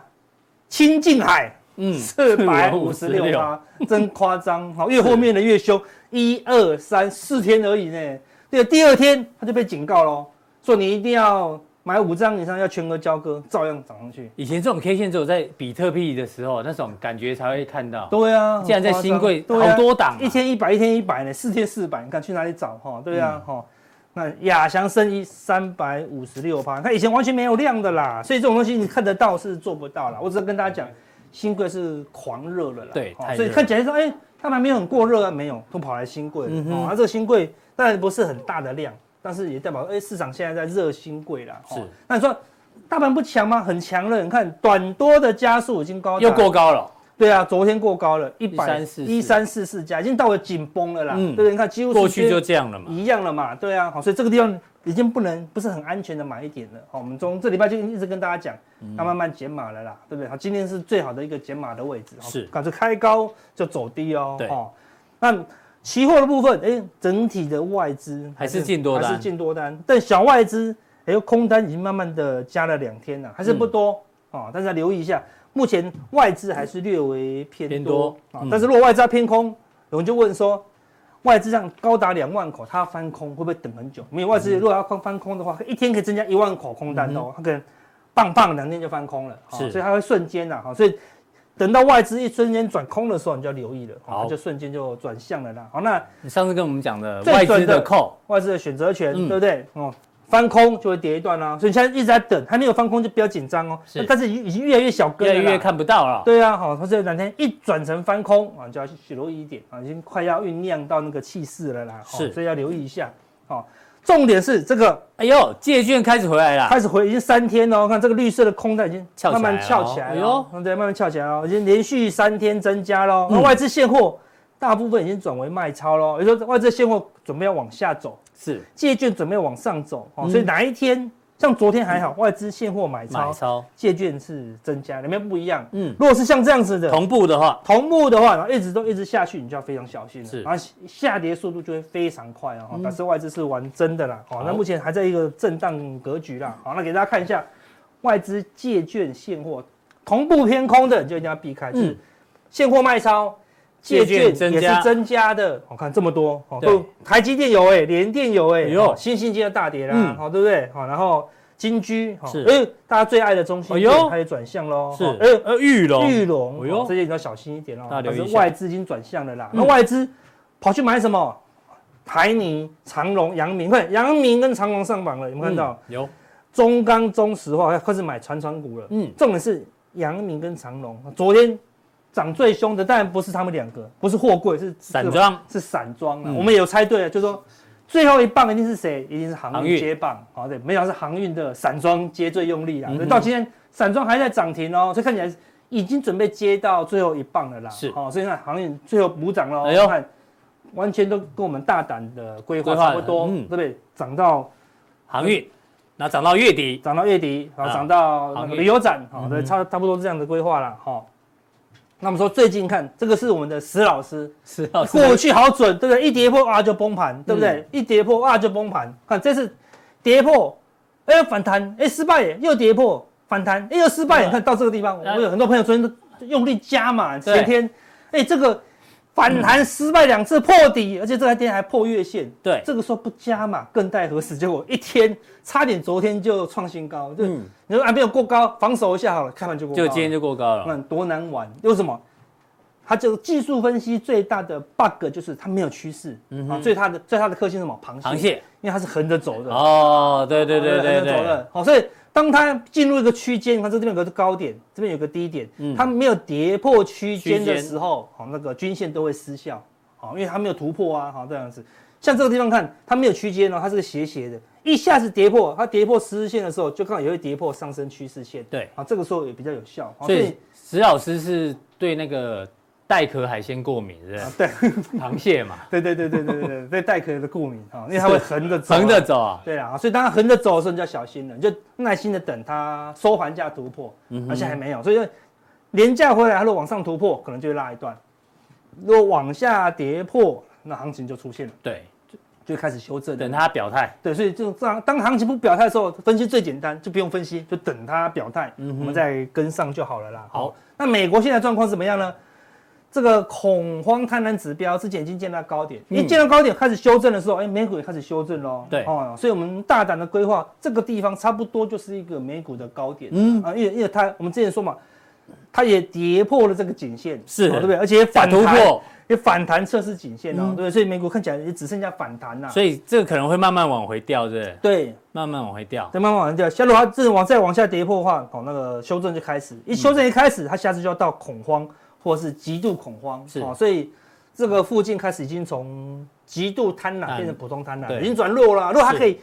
Speaker 1: 清近海。
Speaker 2: 嗯
Speaker 1: 四百五十六趴，真夸张！好，越后面的越凶，一二三四天而已呢。对，第二天他就被警告喽，说你一定要买五张以上，要全额交割，照样涨上去。
Speaker 2: 以前这种 K 线只有在比特币的时候，那种感觉才会看到。
Speaker 1: 对啊，
Speaker 2: 竟然在
Speaker 1: 很夸张
Speaker 2: 新贵
Speaker 1: 对啊
Speaker 2: 好多档啊
Speaker 1: 一天一百，一天一百呢，四天四百，你看去哪里找哈？对啊，
Speaker 2: 嗯
Speaker 1: 哈、那亚翔生一三百五十六趴，它以前完全没有量的啦，所以这种东西你看得到是做不到啦。我只是跟大家讲，新贵是狂热的啦，
Speaker 2: 对
Speaker 1: 哦
Speaker 2: 太热
Speaker 1: 所以看起来说，哎、他们还没有很过热啊，没有，都跑来新贵了。
Speaker 2: 嗯哼
Speaker 1: 哦，那这个新贵当然不是很大的量，但是也代表哎、市场现在在热新贵啦。哦
Speaker 2: 是
Speaker 1: 那你说大盘不强吗？很强了，你看短多的加速已经高达
Speaker 2: 又过高了，
Speaker 1: 对啊，昨天过高了，一百
Speaker 2: 1344
Speaker 1: 一三四四加，已经到了紧绷了啦，
Speaker 2: 嗯
Speaker 1: 对不对？你看几乎是
Speaker 2: 过去就这样了嘛。
Speaker 1: 一样了嘛，对啊，好，所以这个地方已经不能不是很安全的买一点了。好，我们从这礼拜就一直跟大家讲，
Speaker 2: 嗯
Speaker 1: 要慢慢减码了啦，对不对？好，今天是最好的一个减码的位置，好
Speaker 2: 是
Speaker 1: 感觉开高就走低哦，
Speaker 2: 对
Speaker 1: 哦，那期货的部分，哎，整体的外资
Speaker 2: 还是进多单
Speaker 1: 还是进多单，但小外资哎空单已经慢慢的加了两天了，还是不多
Speaker 2: 嗯
Speaker 1: 哦，但是要留意一下，目前外资还是略微偏
Speaker 2: 偏
Speaker 1: 多
Speaker 2: 多
Speaker 1: 啊
Speaker 2: 嗯，
Speaker 1: 但是如果外资要偏空，有人就问说。外资量高达两万口，它翻空会不会等很久？没有外
Speaker 2: 嗯
Speaker 1: 资如果要翻翻空的话，一天可以增加一万口空单哦，它可能棒棒两天就翻空了，哦
Speaker 2: 是
Speaker 1: 所以它会瞬间呐、啊，哦所以等到外资一瞬间转空的时候，你就要留意了，哦
Speaker 2: 好
Speaker 1: 它就瞬间就转向了啦。好，那
Speaker 2: 你上次跟我们讲的
Speaker 1: 嗯最
Speaker 2: 外资
Speaker 1: 准的
Speaker 2: 的扣，
Speaker 1: 外资的选择权，
Speaker 2: 嗯
Speaker 1: 对不对？哦，翻空就会跌一段啦、所以你现在一直在等，还没有翻空就不要紧张哦。
Speaker 2: 是
Speaker 1: 但是已经越来越小根
Speaker 2: 越
Speaker 1: 了
Speaker 2: 来
Speaker 1: 啦，
Speaker 2: 越看不到了。
Speaker 1: 对啊，好，它这两天一转成翻空啊，就要去留意一点啊，已经快要酝酿到那个气势了啦，哦
Speaker 2: 是
Speaker 1: 所以要留意一下。好、重点是这个
Speaker 2: 哎呦，借券开始回来了，
Speaker 1: 开始回已经三天哦，看这个绿色的空单已经
Speaker 2: 啊翘起来
Speaker 1: 慢慢
Speaker 2: 了
Speaker 1: 翘
Speaker 2: 哦
Speaker 1: 起来
Speaker 2: 哎
Speaker 1: 了哦，对，慢慢翘起来了，已经连续三天增加喽。
Speaker 2: 嗯
Speaker 1: 那外资现货大部分已经转为卖超喽，也就是说外资现货准备要往下走，
Speaker 2: 是
Speaker 1: 借券准备往上走哦，所以哪一天像昨天还好，外资现货买
Speaker 2: 嗯买
Speaker 1: 超，
Speaker 2: 超，
Speaker 1: 借券是增加，里面不一样。
Speaker 2: 嗯，
Speaker 1: 如果是像这样子的，
Speaker 2: 同步的话，
Speaker 1: 同步的话，然后一直都一直下去，你就要非常小心了。
Speaker 2: 是嗯
Speaker 1: 然后下跌速度就会非常快哦。表示外资是玩真的啦。哦，那目前还在一个震荡格局啦。哦好，那给大家看一下外资借券现货同步偏空的，你就一定要避开，就是
Speaker 2: 嗯
Speaker 1: 现货卖超。
Speaker 2: 借
Speaker 1: 借券
Speaker 2: 券增
Speaker 1: 也
Speaker 2: 加
Speaker 1: 是增加的，我看这么多，哦，
Speaker 2: 对
Speaker 1: 都台积电有哎，联电有哎
Speaker 2: 哎呦，
Speaker 1: 哦新兴今天大跌啦哦
Speaker 2: 嗯，
Speaker 1: 好对不对？好，然后金居，好
Speaker 2: 是，
Speaker 1: 哎，大家最爱的中心
Speaker 2: 哎
Speaker 1: 店
Speaker 2: 呦，
Speaker 1: 它也转向喽，
Speaker 2: 是
Speaker 1: 哦哎，
Speaker 2: 呃玉龙，
Speaker 1: 玉龙，
Speaker 2: 哎呦
Speaker 1: 哦这些你要小心一点哦
Speaker 2: 大家。留
Speaker 1: 反
Speaker 2: 意一下
Speaker 1: 正外资已经转向了啦，
Speaker 2: 嗯
Speaker 1: 那外资跑去买什么？台泥、长隆、阳明，快，阳明跟长隆上榜了，有没有看到？
Speaker 2: 嗯有，
Speaker 1: 中钢、中石化开始买传船股了。
Speaker 2: 嗯，
Speaker 1: 重点是阳明跟长隆，昨天涨最凶的当然不是他们两个，不是货柜，是
Speaker 2: 散装
Speaker 1: 是散装了。
Speaker 2: 嗯
Speaker 1: 我们也有猜对了，就是说最后一棒一定是谁？一定是航
Speaker 2: 航运
Speaker 1: 运接棒。好，对，没想到是航运的散装接最用力啊
Speaker 2: 嗯哼。
Speaker 1: 所以到今天散装还在涨停哦，所以看起来已经准备接到最后一棒了啦。
Speaker 2: 是
Speaker 1: 哦，所以看航运最后补涨喽。
Speaker 2: 哎呦
Speaker 1: 看完全都跟我们大胆的规划
Speaker 2: 规划
Speaker 1: 差不多，
Speaker 2: 嗯
Speaker 1: 对不对？涨到
Speaker 2: 航运，那涨到月底，
Speaker 1: 涨到月底，然
Speaker 2: 啊
Speaker 1: 后涨到那
Speaker 2: 航
Speaker 1: 个
Speaker 2: 运
Speaker 1: 旅游展，好、
Speaker 2: 嗯
Speaker 1: 对，
Speaker 2: 哼
Speaker 1: 差差不多是这样的规划啦。好、那我们说最近看这个是我们的石老师，
Speaker 2: 是啊，是嗯
Speaker 1: 过去好准，对不对？一跌破啊就崩盘，对不对？一跌破啊就崩盘。看这次跌破，哎反弹，哎失败耶，又跌破反弹，哎又失败耶。
Speaker 2: 嗯
Speaker 1: 看到这个地方，
Speaker 2: 哎
Speaker 1: 我有很多朋友昨天都用力加码，
Speaker 2: 对
Speaker 1: 前天，哎这个反弹失败两次破底，而且这台天还破月线。
Speaker 2: 对，
Speaker 1: 这个时候不加码更待何时？结果一天差点，昨天就创新高，就、
Speaker 2: 嗯
Speaker 1: 你说啊没有过高，防守一下好了，开盘就过高
Speaker 2: 就
Speaker 1: 了，
Speaker 2: 今天就过高了，
Speaker 1: 那多难玩，为什么？它这个技术分析最大的 bug 就是它没有趋势、啊，最它的最它的克星是什么？螃蟹，
Speaker 2: 嗯螃蟹，
Speaker 1: 因为它是横着走的，
Speaker 2: 哦，对对对对
Speaker 1: 横着走
Speaker 2: 对，
Speaker 1: 的。好，所以当它进入一个区间，你看这边有个高点，这边有个低点，
Speaker 2: 嗯
Speaker 1: 它没有跌破区间的时候，好，那个均线都会失效，好，因为它没有突破啊，好这样子。像这个地方看，它没有区间哦，它是个斜斜的，一下子跌破，它跌破十日线的时候，就刚好也会跌破上升趋势线。
Speaker 2: 对
Speaker 1: 好，这个时候也比较有效。好
Speaker 2: 所以石老师是对那个带壳海鲜过敏，是
Speaker 1: 啊对。
Speaker 2: 不是？螃蟹嘛，
Speaker 1: 对对对对对对对，对带壳的过敏哈，因为它会横着 [laughs] 走啊，
Speaker 2: 横着走啊，
Speaker 1: 对啦，所以当它横着走的时候，你就要小心了，你就耐心的等它收盘价突破，
Speaker 2: 嗯
Speaker 1: 而且还没有，所以廉价回来，它如果往上突破，可能就会拉一段；如果往下跌破，那行情就出现了，
Speaker 2: 对，
Speaker 1: 就开始修正了。
Speaker 2: 等他表态，
Speaker 1: 对，所以就这样，当行情不表态的时候，分析最简单，就不用分析，就等它表态，我们再跟上就好了啦。
Speaker 2: 嗯好
Speaker 1: 哦，那美国现在状况怎么样呢？这个恐慌贪婪指标之前已经见到高点，一见到高点开始修正的时候，哎，美股也开始修正喽。
Speaker 2: 嗯对
Speaker 1: 哦，所以我们大胆的规划，这个地方差不多就是一个美股的高点。嗯啊，因为因为它我们之前说嘛，它也跌破了这个颈线，
Speaker 2: 是
Speaker 1: 哦对不对？而且也反
Speaker 2: 突
Speaker 1: 弹
Speaker 2: 破，嗯
Speaker 1: 也反弹测试颈线哦，对不对，所以美股看起来也只剩下反弹啦。
Speaker 2: 所以这个可能会慢慢往回掉，对不对？
Speaker 1: 对，
Speaker 2: 慢慢往回掉，
Speaker 1: 再慢慢往下掉。下如果它这往再往下跌破的话，哦，那个修正就开始，
Speaker 2: 嗯
Speaker 1: 一修正一开始，它下次就要到恐慌或是极度恐慌，哦
Speaker 2: 是
Speaker 1: 所以这个附近开始已经从极度贪婪
Speaker 2: 嗯
Speaker 1: 变成普通贪婪，
Speaker 2: 对
Speaker 1: 已经转弱了。如果它
Speaker 2: 是
Speaker 1: 可以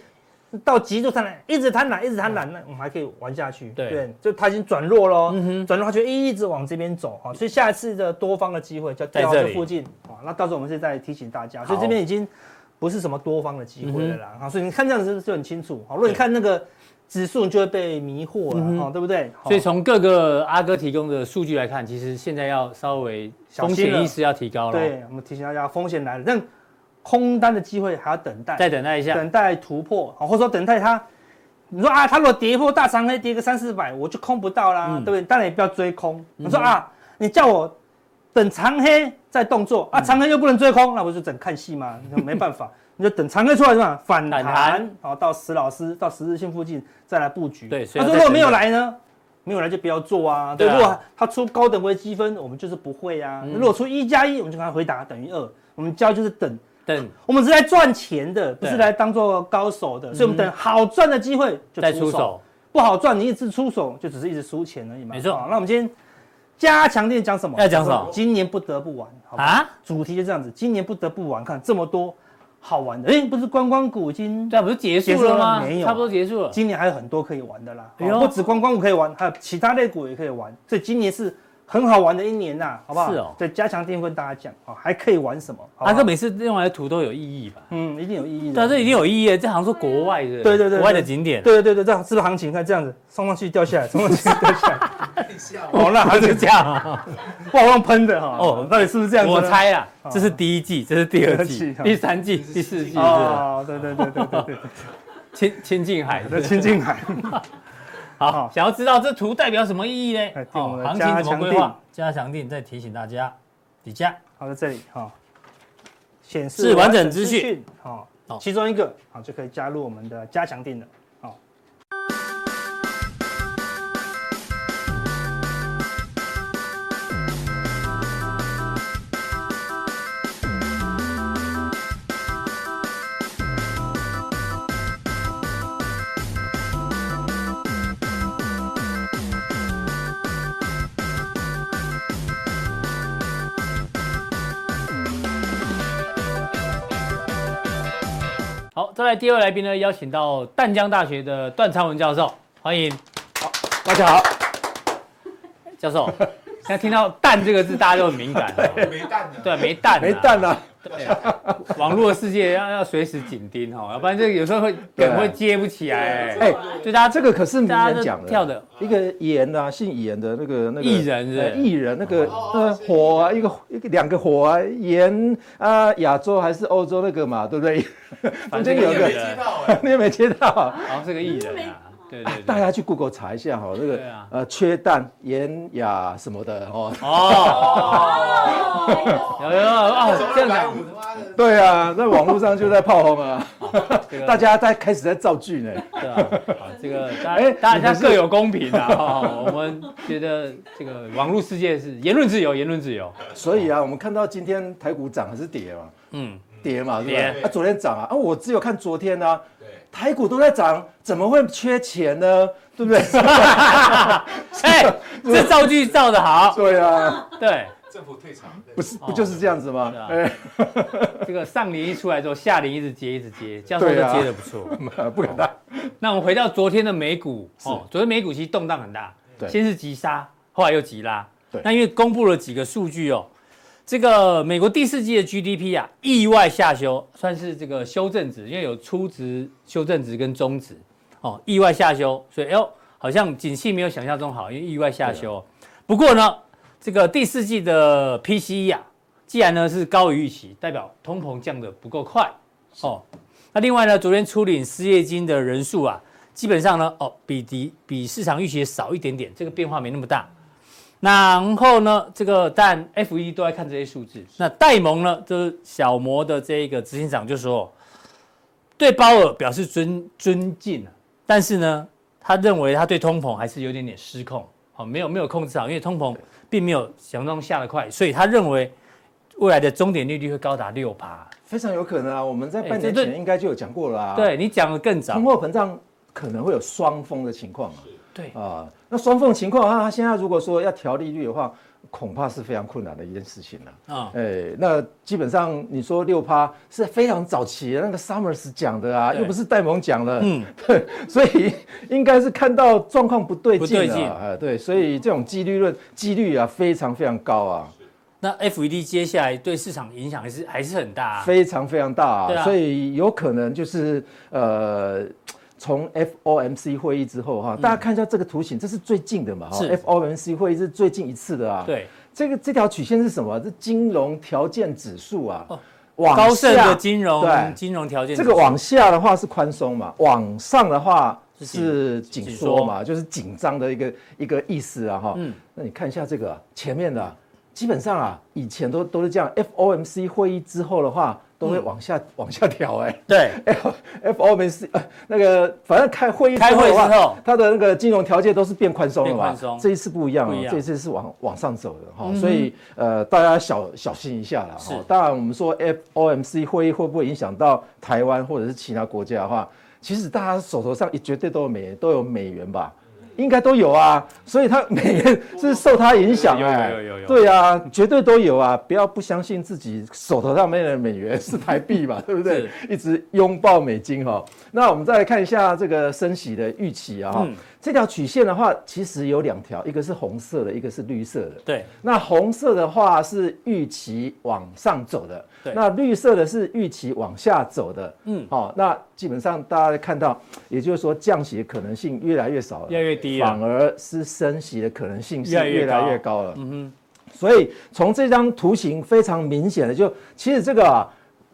Speaker 1: 到极度贪婪，一直贪婪，一直贪婪，那我们还可以玩下去。
Speaker 2: 对，嗯
Speaker 1: 就它已经转弱喽，转弱它就一直往这边走啊，哦所以下一次的多方的机会就掉到
Speaker 2: 在这
Speaker 1: 这
Speaker 2: 里
Speaker 1: 附近啊。哦那到时候我们是再提醒大家，所以
Speaker 2: 好
Speaker 1: 这边已经。不是什么多方的机会了
Speaker 2: 嗯
Speaker 1: 啦，好，所以你看这样子就很清楚。好，如果你
Speaker 2: 对
Speaker 1: 看那个指数，你就会被迷惑了，哈、对不对？
Speaker 2: 嗯所以
Speaker 1: 好
Speaker 2: 从各个阿哥提供的数据来看，其实现在要稍微
Speaker 1: 小
Speaker 2: 风
Speaker 1: 心
Speaker 2: 险
Speaker 1: 了
Speaker 2: 意识要提高了，，
Speaker 1: 对，我们提醒大家，风险来了，但空单的机会还要等待，
Speaker 2: 再等待一下，
Speaker 1: 等待突破，哦好，或者说等待它。你说啊，它如果跌破大长黑，跌个三四百，我就空不到啦，对
Speaker 2: 嗯
Speaker 1: 不对？当然也不要追空。你说啊，你叫我等长黑再动作
Speaker 2: 嗯
Speaker 1: 啊，长黑又不能追空，那不就等看戏嘛？那没办
Speaker 2: [laughs]
Speaker 1: 法，你就等长黑出来是吧？反
Speaker 2: 反弹
Speaker 1: 弹，好到石老师到十日线附近再来布局。
Speaker 2: 对所以
Speaker 1: 他
Speaker 2: 要
Speaker 1: 说如
Speaker 2: 再
Speaker 1: 果没有
Speaker 2: 等
Speaker 1: 来呢？没有来就不要做啊。对，
Speaker 2: 对啊嗯
Speaker 1: 如果他出高等微积分，我们就是不会啊。如果出一加一，我们就跟他回答等于二。我们教就是等
Speaker 2: 等
Speaker 1: 我们是来赚钱的，不是
Speaker 2: 对嗯
Speaker 1: 来当做高手的，所以我们等好赚的机会就
Speaker 2: 再
Speaker 1: 出
Speaker 2: 出
Speaker 1: 手，
Speaker 2: 手，
Speaker 1: 不好赚你一直出手就只是一直输钱而已嘛。
Speaker 2: 没错
Speaker 1: 好那我们今天加强店讲什么？
Speaker 2: 要讲什么
Speaker 1: 今年不得不玩，好吧？
Speaker 2: 啊？
Speaker 1: 主题就这样子，今年不得不玩，看这么多好玩的，哎，不是观光股已经
Speaker 2: 对啊，不是结束了吗？
Speaker 1: 结束了没有
Speaker 2: 差不多结束了。
Speaker 1: 今年还有很多可以玩的啦，
Speaker 2: 哎呦
Speaker 1: 哦不止观光股可以玩，还有其他类股也可以玩，所以今年是很好玩的一年呐，好不好？
Speaker 2: 是哦
Speaker 1: 对，加强店跟大家讲啊，哦还可以玩什么？好不好
Speaker 2: 阿哥啊每次用来的图都有意义吧？
Speaker 1: 嗯，一定有意义的。
Speaker 2: 对啊，这一定有意义的。这好像说国外的，
Speaker 1: 对对对
Speaker 2: 国外的景点，啊
Speaker 1: 对对对，这样是不是行情？看这样子，冲上去掉下来，冲上去掉下来， [laughs]
Speaker 2: 哦，那还是这样啊。
Speaker 1: 不好用喷的哈。
Speaker 2: 哦
Speaker 1: [laughs] 哦，到底是不是这样子呢？
Speaker 2: 我猜啊，
Speaker 1: 哦
Speaker 2: 这是第一季，这是第二季
Speaker 1: [laughs] 第二季，哦
Speaker 2: 第三季，第四季，是
Speaker 1: 哦，对对对对对对，
Speaker 2: 千千进海。
Speaker 1: 那亲近海，
Speaker 2: 好
Speaker 1: 好，
Speaker 2: 想要知道这图代表什么意义呢
Speaker 1: 哎？定我
Speaker 2: 哦，
Speaker 1: 们的
Speaker 2: 行情
Speaker 1: 加
Speaker 2: 怎么
Speaker 1: 强
Speaker 2: 规划？加强定再提醒大家，底价
Speaker 1: 好，在这里哈，显
Speaker 2: 是
Speaker 1: 示
Speaker 2: 完整
Speaker 1: 资
Speaker 2: 资讯哦
Speaker 1: 讯，好
Speaker 2: 好，
Speaker 1: 其中一个好就可以加入我们的加强定了。好，
Speaker 2: 好，再来第二位来宾呢，邀请到淡江大学的段昌文教授，欢迎
Speaker 3: 大家好，
Speaker 2: 教授。现在听到“蛋”这个字，大家都很敏感。
Speaker 5: 没蛋的，
Speaker 2: 对，没蛋啊，
Speaker 3: 没蛋啊，
Speaker 2: 网络世界要要随时紧盯哦，要不然这个有时候会
Speaker 3: 对
Speaker 2: 梗会接不起来。
Speaker 4: 对
Speaker 3: 哎
Speaker 4: 没错啊
Speaker 2: 就大家
Speaker 3: 这个可是名
Speaker 2: 大家
Speaker 3: 人
Speaker 2: 都
Speaker 3: 讲的，
Speaker 2: 跳的，
Speaker 3: 一个演啊，姓演的那个那个
Speaker 2: 艺人是不是
Speaker 3: 呃艺人那个
Speaker 5: 哦
Speaker 3: 呃
Speaker 5: 是
Speaker 3: 火啊，一个一个两个火啊，演啊亚洲还是欧洲那个嘛，对不对？ [laughs]
Speaker 2: 反
Speaker 3: 中
Speaker 2: 正
Speaker 3: 间
Speaker 5: 你
Speaker 3: 有
Speaker 5: 也
Speaker 3: 一
Speaker 5: 没
Speaker 3: 个，
Speaker 5: 接到
Speaker 3: [laughs]
Speaker 5: 哎，
Speaker 3: 你也没接到啊，
Speaker 2: 好像是个艺人啊，对对对，
Speaker 3: 大家去 Google 查一下哈，那
Speaker 2: 对啊
Speaker 3: 个呃缺蛋演亚什么的哦。 [laughs]
Speaker 1: 哎
Speaker 2: 哦，
Speaker 4: 哦，
Speaker 2: 有有有哦，这样
Speaker 5: 来
Speaker 2: 讲
Speaker 5: 我他妈的，
Speaker 2: [laughs]
Speaker 3: 对啊，在网络上就在炮轰啊，
Speaker 2: 这个
Speaker 3: 大家在开始在造句呢。
Speaker 2: 对啊，好这个大
Speaker 3: 哎
Speaker 2: 家大家
Speaker 3: 你不是
Speaker 2: 各有公平啊。哦我们觉得这个网络世界是言论自由，言论自由。
Speaker 3: 所以啊，我们看到今天台股涨还是跌嘛？ [laughs]
Speaker 2: 嗯，
Speaker 3: 跌嘛，对不
Speaker 2: 跌
Speaker 3: 对？啊，昨天涨啊，啊，我只有看昨天啊，
Speaker 5: 对，
Speaker 3: 台股都在涨，怎么会缺钱呢？对
Speaker 2: [laughs]
Speaker 3: 不对？
Speaker 2: 哎，这造句造的好，
Speaker 3: 对啊，
Speaker 2: 对，
Speaker 5: 政府退场，对
Speaker 3: 不是不就是这样子
Speaker 2: 哦
Speaker 3: 吗
Speaker 2: 是？啊
Speaker 3: 哎， [laughs]
Speaker 2: 这个上联一出来之后，下联一直接，一直接，教授就
Speaker 3: 对啊
Speaker 2: 接的不错。
Speaker 3: 不敢
Speaker 2: 哦
Speaker 3: 当。
Speaker 2: 那我们回到昨天的美股，哦，昨天美股其实动荡很大，
Speaker 3: 对
Speaker 2: 先是急杀，后来又急拉。
Speaker 3: 对
Speaker 2: 那因为公布了几个数据哦，这个美国第四季的 GDP 啊意外下修，算是这个修正值，因为有初值、修正值跟中值，哦，意外下修，所以哎呦，好像景气没有想象中好，因为意外下修。
Speaker 3: 啊
Speaker 2: 不过呢，这个第四季的 PCE 啊，既然呢是高于预期，代表通膨降得不够快哦。那另外呢，昨天出领失业金的人数啊，基本上呢，哦，比比比市场预期少一点点，这个变化没那么大。然后呢，这个但 F E 都在看这些数字。那戴蒙呢，就是小摩的这个执行长就说，对鲍尔表示尊尊敬啊，但是呢，他认为他对通膨还是有点点失控，好、没有没有控制好，因为通膨并没有想象中下得快，所以他认为未来的终点利率会高达六趴。
Speaker 3: 非常有可能啊，我们在
Speaker 2: 哎
Speaker 3: 半年
Speaker 2: 这
Speaker 3: 前应该就有讲过了啊。，
Speaker 2: 对你讲的更早
Speaker 3: 通，货膨胀可能会有双峰的情况啊。
Speaker 2: 对
Speaker 3: 啊，那双缝情况啊，现在如果说要调利率的话，恐怕是非常困难的一件事情了、
Speaker 2: 啊、
Speaker 3: 哎，那基本上你说六趴是非常早期的那个 Summers 讲的啊，
Speaker 2: 对
Speaker 3: 又不是戴蒙讲的，
Speaker 2: 嗯，
Speaker 3: [laughs] 对，所以应该是看到状况不对劲
Speaker 2: 不对劲
Speaker 3: 了、啊，哎，对，所以这种几率论几率啊非常非常高啊，
Speaker 2: 那 F E D 接下来对市场影响还是还是很大、啊。
Speaker 3: 非常非常大
Speaker 2: 对
Speaker 3: 啊，
Speaker 2: 啊
Speaker 3: 所以有可能就是呃。从 FOMC 会议之后哈、大家看一下这个图形，这是最近的嘛哈
Speaker 2: 嗯是
Speaker 3: ，FOMC 会议是最近一次的啊。，
Speaker 2: 对，
Speaker 3: 这个这条曲线是什么？这金融条件指数啊，
Speaker 2: 哦
Speaker 3: 往
Speaker 2: 高盛
Speaker 3: 下
Speaker 2: 的金融
Speaker 3: 对
Speaker 2: 金融条件
Speaker 3: 这个往下的话是宽松嘛，往上的话
Speaker 2: 是
Speaker 3: 是紧缩嘛，就是紧张的一个一个意思啊哈。
Speaker 2: 嗯
Speaker 3: 那你看一下这个啊前面的啊，基本上啊，以前都都是这样，FOMC 会议之后的话，都会往下、往下调哎、
Speaker 2: 对
Speaker 3: FOMC 呃那个反正开会议
Speaker 2: 开会
Speaker 3: 的话
Speaker 2: 之后
Speaker 3: 它的那个金融条件都是变宽松了
Speaker 2: 变
Speaker 3: 嘛
Speaker 2: 宽松，
Speaker 3: 这一次不一样
Speaker 2: 不一
Speaker 3: 哦
Speaker 2: 样，嗯
Speaker 3: 这一次是往往上走的哈，所以呃大家小小心一下啦
Speaker 2: 是
Speaker 3: 哈。当然我们说 FOMC 会议会不会影响到台湾或者是其他国家的话，其实大家手头上也绝对都有美都有美元吧。应该都有啊，所以它美元是受它影响
Speaker 2: 有有
Speaker 3: 哎，
Speaker 2: 有有有
Speaker 3: 对啊，绝对都有啊，不要不相信自己手头上面的美元是台币嘛，对不对？一直拥抱美金哈、那我们再来看一下这个升息的预期啊、哈
Speaker 2: 嗯
Speaker 3: 这条曲线的话，其实有两条，一个是红色的，一个是绿色的。
Speaker 2: 对，
Speaker 3: 那红色的话是预期往上走的
Speaker 2: 对，
Speaker 3: 那绿色的是预期往下走的。
Speaker 2: 嗯
Speaker 3: 嗯，好、那基本上大家看到，也就是说降息的可能性越来越少了，
Speaker 2: 越来越低了
Speaker 3: 反而是升息的可能性是
Speaker 2: 越来越
Speaker 3: 越来
Speaker 2: 高
Speaker 3: 越高了。
Speaker 2: 嗯哼，
Speaker 3: 所以从这张图形非常明显的，就其实这个啊，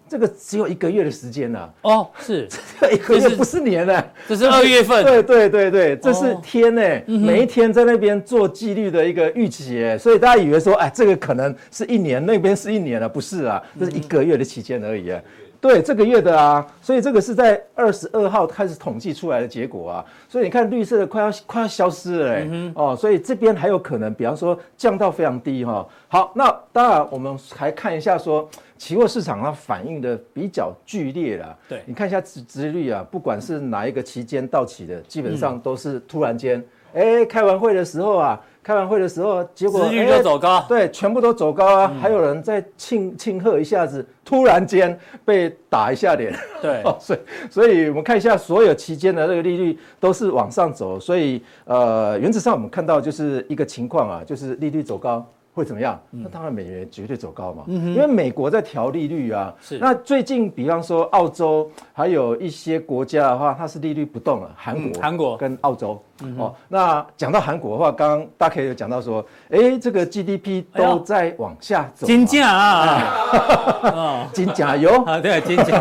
Speaker 3: 这个只有一个月的时间呢、
Speaker 2: 哦，是，
Speaker 3: 这一个
Speaker 2: [laughs] 就
Speaker 3: 月
Speaker 2: 是
Speaker 3: 不是年呢、
Speaker 2: 这是二月份，
Speaker 3: 对对对对，这是天呢、
Speaker 2: 哦嗯哼
Speaker 3: 每一天在那边做纪律的一个预期哎、所以大家以为说，哎，这个可能是一年，那边是一年了，不是啊，这
Speaker 2: 嗯
Speaker 3: 是一个月的期间而已、哎对，这个月的啊，所以这个是在二十二号开始统计出来的结果啊，所以你看绿色的快要快要消失了、哎
Speaker 2: 嗯
Speaker 3: 哦，所以这边还有可能，比方说降到非常低哈、好，那当然我们还看一下说期货市场它反应的比较剧烈了，
Speaker 2: 对
Speaker 3: 你看一下殖殖利率啊，不管是哪一个期间到期的，基本
Speaker 2: 嗯
Speaker 3: 上都是突然间，哎、开完会的时候啊，开完会的时候，结果
Speaker 2: 殖率
Speaker 3: 哎
Speaker 2: 就走高，
Speaker 3: 对，全部都走高啊，还有人在庆庆贺一下子，突然间被打一下脸，
Speaker 2: 对，
Speaker 3: [laughs] 哦，所以所以我们看一下所有期间的那个利率都是往上走，所以呃，原则上我们看到就是一个情况啊，就是利率走高。会怎么样？
Speaker 2: 嗯
Speaker 3: 那当然，美元绝对走高嘛，因为美国在调利率啊。
Speaker 2: 是
Speaker 3: 那最近，比方说澳洲，还有一些国家的话，它是利率不动了。韩
Speaker 2: 嗯
Speaker 3: 国、
Speaker 2: 韩国嗯
Speaker 3: 跟澳洲、哦。那讲到韩国的话，刚刚大 K 有讲到说，哎，这个 GDP
Speaker 2: 哎呦
Speaker 3: 都在往下走、啊。
Speaker 2: 金价啊，
Speaker 3: 哦
Speaker 2: 啊，
Speaker 3: 金甲油，
Speaker 2: 啊，对，金价，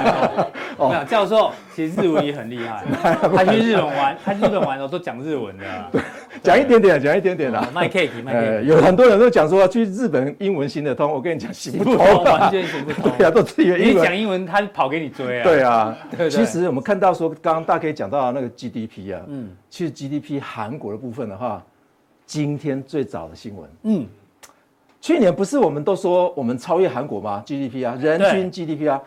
Speaker 2: 哦，没有
Speaker 3: [laughs]
Speaker 2: 教授其实日文也很厉害，他去日本玩，他去日本玩的时候都讲日文的啊，
Speaker 3: 讲一点点，讲一点点啦
Speaker 2: 哦。卖 cake 卖 cake，
Speaker 3: 呃，有很多人都讲说要去日本英文行得通，我跟你讲行不通
Speaker 2: 行不通
Speaker 3: 啊
Speaker 2: 完全行不通
Speaker 3: [laughs] 对啊，都自己的
Speaker 2: 你
Speaker 3: 英文
Speaker 2: 讲英文，他跑给你追啊。
Speaker 3: 对啊
Speaker 2: [laughs] 对，
Speaker 3: 其实我们看到说，刚刚大 K 讲到那个 GDP 啊，
Speaker 2: 嗯
Speaker 3: 嗯，其实 GDP 韩国的部分的话，今天最早的新闻，
Speaker 2: 嗯，
Speaker 3: 去年不是我们都说我们超越韩国吗？GDP 啊，人均 GDP 啊，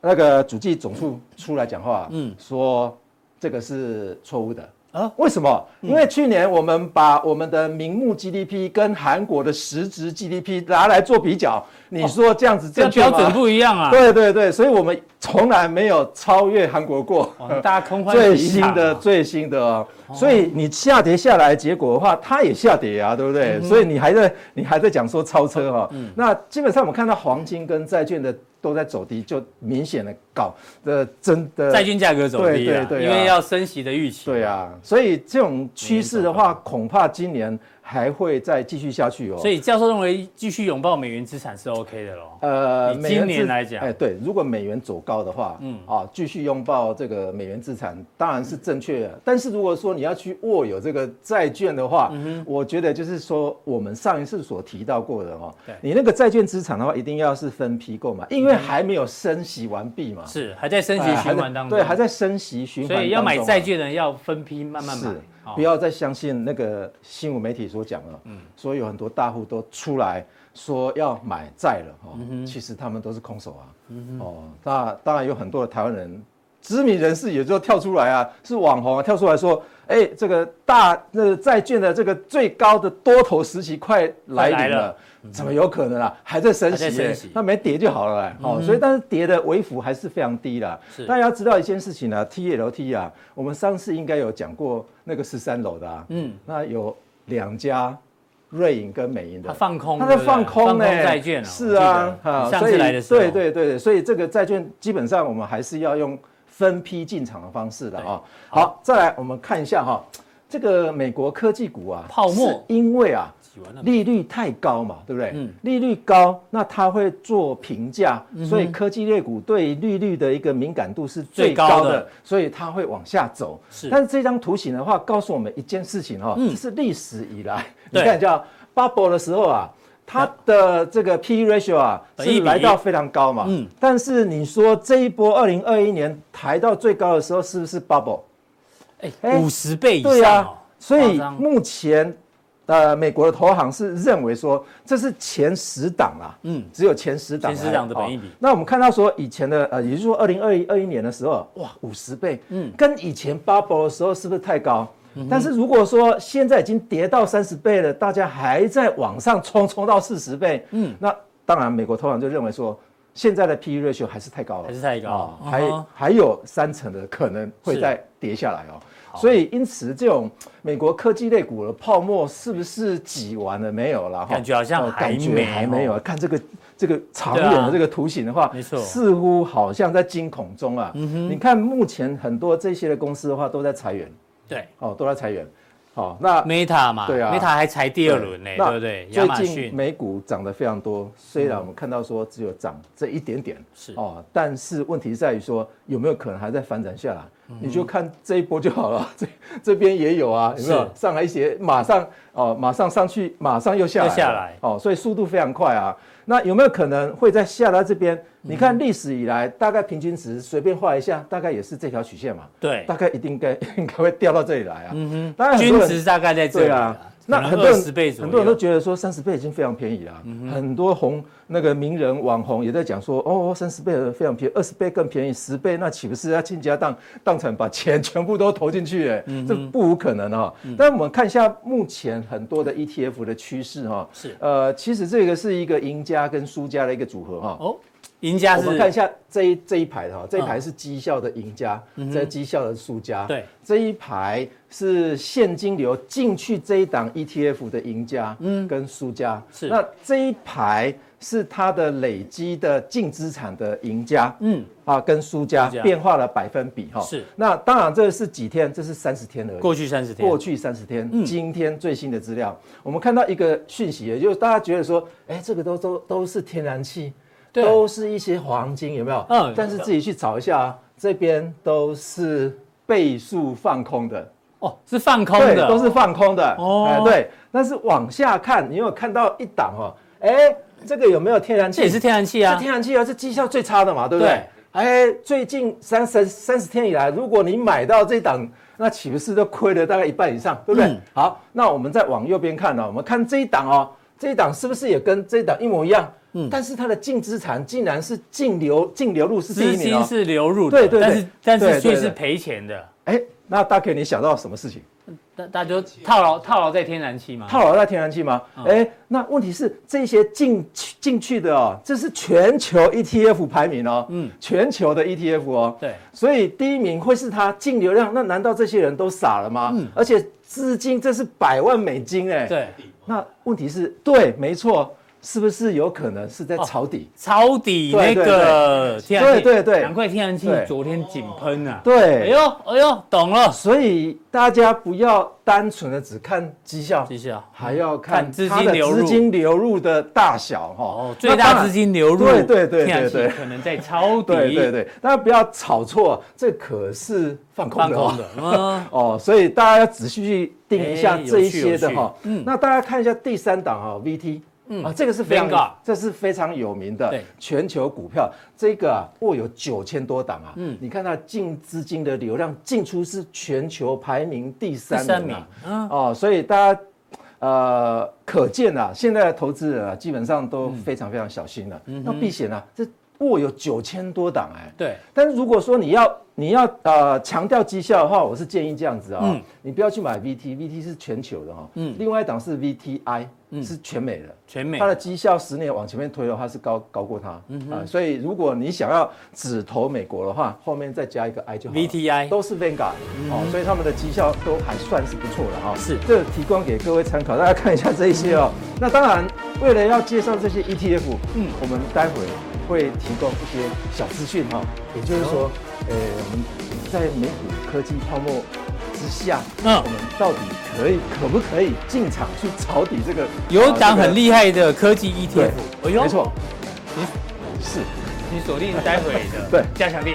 Speaker 3: 那个主计总处出来讲话，
Speaker 2: 嗯
Speaker 3: 嗯，说这个是错误的。
Speaker 2: 啊
Speaker 3: 啊，为什么？因为去年我们把我们的名目 GDP 跟韩国的实质 GDP 拿来做比较，你说这样子
Speaker 2: 哦这
Speaker 3: 正
Speaker 2: 个
Speaker 3: 确吗？
Speaker 2: 标准不一样啊。
Speaker 3: 对对对，所以我们从来没有超越韩国过。
Speaker 2: 哇，大家空欢
Speaker 3: 最
Speaker 2: 喜
Speaker 3: 新
Speaker 2: 场啊
Speaker 3: 的最新的哦，所以你下跌下来，结果的话，它也下跌啊，对不
Speaker 2: 嗯
Speaker 3: 对？所以你还在你还在讲说超车哈、那基本上我们看到黄金跟债券的都在走低，就明显的搞的真的
Speaker 2: 债券价格走低啊
Speaker 3: 对对，对啊
Speaker 2: 因为要升息的预期。
Speaker 3: 对啊，所以这种趋势的话，恐怕今年还会再继续下去哦。
Speaker 2: 所以教授认为继续拥抱美元资产是 OK 的咯。
Speaker 3: 呃，
Speaker 2: 以
Speaker 3: 美元
Speaker 2: 今年
Speaker 3: 资
Speaker 2: 来讲
Speaker 3: 哎，对，如果美元走高的话，嗯啊，继续拥抱这个美元资产，当然是正确的。但是如果说你要去握有这个债券的话，
Speaker 2: 嗯
Speaker 3: 我觉得就是说我们上一次所提到过的哦
Speaker 2: 对，嗯
Speaker 3: 你那个债券资产的话，一定要是分批购买，因为还没有升息完毕嘛，
Speaker 2: 是还在升
Speaker 3: 哎
Speaker 2: 息
Speaker 3: 还
Speaker 2: 循
Speaker 3: 在
Speaker 2: 环当中，
Speaker 3: 对，还在升息循环
Speaker 2: 所
Speaker 3: 当中啊，
Speaker 2: 以要买债券的人要分批慢慢买
Speaker 3: 是，
Speaker 2: 哦嗯
Speaker 3: 不要再相信那个新闻媒体所讲了，所以有很多大户都出来说要买债了哦，
Speaker 2: 嗯
Speaker 3: 其实他们都是空手啊，哦，那当然有很多的台湾人。知名人士也就跳出来啊，是网红啊，跳出来说，哎、这个大那个债券的这个最高的多头时期快
Speaker 2: 快
Speaker 3: 来
Speaker 2: 来
Speaker 3: 临
Speaker 2: 了嗯
Speaker 3: 了，怎么有可能啊？还在升息、
Speaker 2: 还在
Speaker 3: 耶，
Speaker 2: 升息嗯
Speaker 3: 那没跌就好了、欸，哦，所以但是跌的微幅还是非常低啦。
Speaker 2: 是
Speaker 3: 大家要知道一件事情啊，TLT 啊，我们上次应该有讲过那个十三楼的啊，
Speaker 2: 嗯
Speaker 3: 嗯，那有两家瑞银跟美银的，
Speaker 2: 他放空，
Speaker 3: 他在
Speaker 2: 对不对
Speaker 3: 放空呢、欸哎
Speaker 2: 放空债券哦
Speaker 3: 是啊，
Speaker 2: 我记得
Speaker 3: 啊
Speaker 2: 你上次来的时候，
Speaker 3: 所以对对对，所以这个债券基本上我们还是要用分批进场的方式的啊。好，再来我们看一下哈、这个美国科技股啊，
Speaker 2: 泡沫
Speaker 3: 是因为啊。
Speaker 2: 喜欢那
Speaker 3: 利率太高嘛，对不对？
Speaker 2: 嗯
Speaker 3: 利率高，那它会做评价，所以科技类股对利率的一个敏感度是最
Speaker 2: 最
Speaker 3: 高的，
Speaker 2: 高的
Speaker 3: 所以它会往下走。
Speaker 2: 是
Speaker 3: 但是这张图形的话，告诉我们一件事情哈、哦，
Speaker 2: 嗯
Speaker 3: 这是历史以来，
Speaker 2: 对
Speaker 3: 你看一下 bubble 的时候啊。它的这个 P E ratio 啊
Speaker 2: 本益比
Speaker 3: 是来到非常高嘛，
Speaker 2: 嗯
Speaker 3: 嗯，但是你说这一波二零二一年抬到最高的时候，是不是 bubble？
Speaker 2: 哎
Speaker 3: 哎
Speaker 2: 五十倍以
Speaker 3: 对
Speaker 2: 上
Speaker 3: 啊
Speaker 2: 哦，，
Speaker 3: 所
Speaker 2: 夸
Speaker 3: 以
Speaker 2: 张
Speaker 3: 目前呃，美国的投行是认为说这是前十档啦，
Speaker 2: 嗯
Speaker 3: 嗯，只有前十档来，
Speaker 2: 前十档的本益比
Speaker 3: 哦那我们看到说以前的呃，也就是说二零二一二一年的时候，哇，五十倍，嗯，跟以前 bubble 的时候是不是太高？
Speaker 2: 嗯
Speaker 3: 但是如果说现在已经跌到三十倍了，大家还在往上冲，冲到四十倍，嗯，那当然美国投行就认为说。现在的 P/E ratio 还是太高了，
Speaker 2: 还是太高
Speaker 3: 哦
Speaker 2: 嗯哼
Speaker 3: 还还有三成的可能会
Speaker 2: 是
Speaker 3: 再跌下来哦。所以因此，这种美国科技类股的泡沫是不是挤完了没有了？哈
Speaker 2: 感觉好像
Speaker 3: 呃
Speaker 2: 还
Speaker 3: 感
Speaker 2: 没
Speaker 3: 觉还没有。看这个这个长
Speaker 2: 对啊
Speaker 3: 远的这个图形的话，
Speaker 2: 没错嗯
Speaker 3: 似乎好像在惊恐中啊。你看目前很多这些的公司的话都在裁员，
Speaker 2: 对
Speaker 3: 哦，都在裁员。好，那
Speaker 2: ，Meta 嘛，
Speaker 3: 对啊
Speaker 2: m e t a 还裁第二轮呢，对
Speaker 3: 那
Speaker 2: 不对？亚马
Speaker 3: 最近
Speaker 2: 逊嗯
Speaker 3: 美股涨得非常多，虽然我们看到说只有涨这一点点，
Speaker 2: 是
Speaker 3: 哦，但是问题在于说有没有可能还在反转下来？
Speaker 2: 嗯
Speaker 3: 你就看这一波就好了， [laughs] 这这边也有啊，有没有
Speaker 2: 是
Speaker 3: 上来一些，马上哦，马上上去，马上又下来
Speaker 2: 又
Speaker 3: 了，
Speaker 2: 下来
Speaker 3: 哦，所以速度非常快啊。那有没有可能会在下来这边？
Speaker 2: 嗯
Speaker 3: 你看历史以来，大概平均值随便画一下，大概也是这条曲线嘛，
Speaker 2: 对
Speaker 3: 大，概一定该 [laughs] 应该会掉到这里来啊。嗯哼，当然很多
Speaker 2: 均
Speaker 3: 人
Speaker 2: 值大概在这
Speaker 3: 对
Speaker 2: 里
Speaker 3: 啊
Speaker 2: 啊，，
Speaker 3: 那很多
Speaker 2: 二
Speaker 3: 人
Speaker 2: 十倍左右，嗯
Speaker 3: 很多人都觉得说三十倍已经非常便宜了、啊很多红那个名人网红也在讲说，哦，三十倍非常便宜，二十倍更便宜，十倍那岂不是要倾家荡荡产，把钱全部都投进去？哎、
Speaker 2: 嗯
Speaker 3: 这不无可能哈、但我们看一下目前很多的 ETF 的趋势哈，
Speaker 2: 是
Speaker 3: 呃，其实这个是一个赢家跟输家的一个组合哈、
Speaker 2: 哦，赢家
Speaker 3: 我们看一
Speaker 2: 是嗯
Speaker 3: 下这一这一排的哈，这一排是绩效的赢家，这绩效的输家。
Speaker 2: 对，
Speaker 3: 这一排是现金流进去这一档 ETF 的赢家，嗯，跟输家。
Speaker 2: 是
Speaker 3: 那这一排是它的累积的净资产的赢家，
Speaker 2: 嗯
Speaker 3: 嗯，啊，跟输家
Speaker 2: 输家
Speaker 3: 变化了百分比哈。
Speaker 2: 是
Speaker 3: 那当然这是几天？这是三十天而已。
Speaker 2: 过去三十天，嗯
Speaker 3: 过去三十天，今天最新的资料，我们看到一个讯息，也就是大家觉得说，哎，这个都都都是天然气，
Speaker 2: 对
Speaker 3: 都是一些黄金，有没有？
Speaker 2: 嗯
Speaker 3: 但是自己去找一下啊，这边都是倍数放空的。
Speaker 2: 哦，是放空
Speaker 3: 对，
Speaker 2: 的，
Speaker 3: 都是放空的。
Speaker 2: 哦
Speaker 3: 哦、对。但是往下看，你有没有看到一档哦？哎，这个有没有天然气？
Speaker 2: 这也是天然气
Speaker 3: 这
Speaker 2: 啊，
Speaker 3: 天然气啊，是绩效最差的嘛，对不对？
Speaker 2: 对
Speaker 3: 哎，最近三十三十天以来，如果你买到这档，那岂不是都亏了大概一半以上，对不对？
Speaker 2: 嗯
Speaker 3: 好，那我们再往右边看啊呢、我们看这一档哦，这一档是不是也跟这一档一模一样？嗯，但是它的净资产竟然是净流净流入是第
Speaker 2: 资
Speaker 3: 一名
Speaker 2: 金
Speaker 3: 哦。
Speaker 2: 是流入的，
Speaker 3: 对对对
Speaker 2: 但是但
Speaker 3: 对
Speaker 2: 是
Speaker 3: 对
Speaker 2: 却
Speaker 3: 对
Speaker 2: 是赔钱的，
Speaker 3: 哎，那大 K 你想到什么事情？
Speaker 2: 大大家就套牢套牢在天然气嘛，
Speaker 3: 套牢在天然气吗？
Speaker 2: 啊
Speaker 3: 哎、那问题是这些进去进去的哦，这是全球 ETF 排名哦，
Speaker 2: 嗯
Speaker 3: 嗯，全球的 ETF 哦，
Speaker 2: 对，
Speaker 3: 所以第一名会是它净流量，那难道这些人都傻了吗？而且资金这是百万美金哎，，
Speaker 2: 嗯对，
Speaker 3: 那问题是，对，没错，是不是有可能是在抄底？
Speaker 2: 抄底那
Speaker 3: 对对
Speaker 2: 个天然气，
Speaker 3: 对对对
Speaker 2: 难怪天然气
Speaker 3: 对
Speaker 2: 昨天井喷啊，哎
Speaker 3: 对，
Speaker 2: 呦哎呦，懂了，
Speaker 3: 所以大家不要单纯的只看绩效，
Speaker 2: 继续啊，
Speaker 3: 还要
Speaker 2: 看
Speaker 3: 看
Speaker 2: 资金
Speaker 3: 它的
Speaker 2: 流入
Speaker 3: 资金流入的大小哈、
Speaker 2: 哦，
Speaker 3: 那
Speaker 2: 最
Speaker 3: 当
Speaker 2: 大
Speaker 3: 然
Speaker 2: 资金流入，
Speaker 3: 对对对
Speaker 2: 天然
Speaker 3: 对
Speaker 2: 气
Speaker 3: 对。
Speaker 2: 可能在抄底，
Speaker 3: 对对对，大家不要炒错，这可是放空
Speaker 2: 放
Speaker 3: 的、
Speaker 2: 空
Speaker 3: 哦。
Speaker 2: 的，嗯，
Speaker 3: 哦，所以大家要仔细去盯一下
Speaker 2: 哎
Speaker 3: 这一些
Speaker 2: 有
Speaker 3: 的
Speaker 2: 趣
Speaker 3: 哈、
Speaker 2: 有趣嗯
Speaker 3: 那大家看一下第三档哈、哦、，VT，嗯啊，这个是非
Speaker 2: Vanguard
Speaker 3: 常这是非常有名的
Speaker 2: 对
Speaker 3: 全球股票，这个啊握有九千多档啊，
Speaker 2: 嗯
Speaker 3: 嗯，你看它净资金的流量进出是全球排名第
Speaker 2: 第
Speaker 3: [laughs] 三
Speaker 2: 三
Speaker 3: 名
Speaker 2: 名
Speaker 3: 啊，，
Speaker 2: 嗯，
Speaker 3: 哦，所以大家呃可见啊，现在的投资人啊，基本上
Speaker 2: 嗯
Speaker 3: 都非常非常小心了、那避险啊，这握有九千多档哎、
Speaker 2: 对，
Speaker 3: 但是如果说你要你要呃强调绩效的话，我是建议这样子啊、
Speaker 2: 嗯
Speaker 3: 你不要去买 VT，VT 是全球的哈、
Speaker 2: 嗯
Speaker 3: 另外一档是 VTI，、是全美的。
Speaker 2: 全美嗯
Speaker 3: 它的绩效十年往前面推的话是高高过它，啊，所以如果你想要只投美国的话，后面再加一个 I 就好了
Speaker 2: VTI
Speaker 3: 都是 Vanguard、哦，所以他们的绩效都还算是不错的哈、
Speaker 2: 嗯是嗯
Speaker 3: 这提供给各位参考，大家看一下这一些哦。那当然，为了要介绍这些 ETF，嗯，我们待会会提供一些小资讯哈、也就是
Speaker 2: 哦
Speaker 3: 说，呃，我们在美股科技泡沫之下，
Speaker 2: 嗯
Speaker 3: 我们到底可以可不可以进场去抄底这个？
Speaker 2: 有
Speaker 3: 啊
Speaker 2: 一档很。
Speaker 3: 这个
Speaker 2: 厉哦害的科技 E
Speaker 3: 对
Speaker 2: ETF，，
Speaker 3: 没错，是
Speaker 2: 哎你锁定待会的
Speaker 3: 对
Speaker 2: 加强力。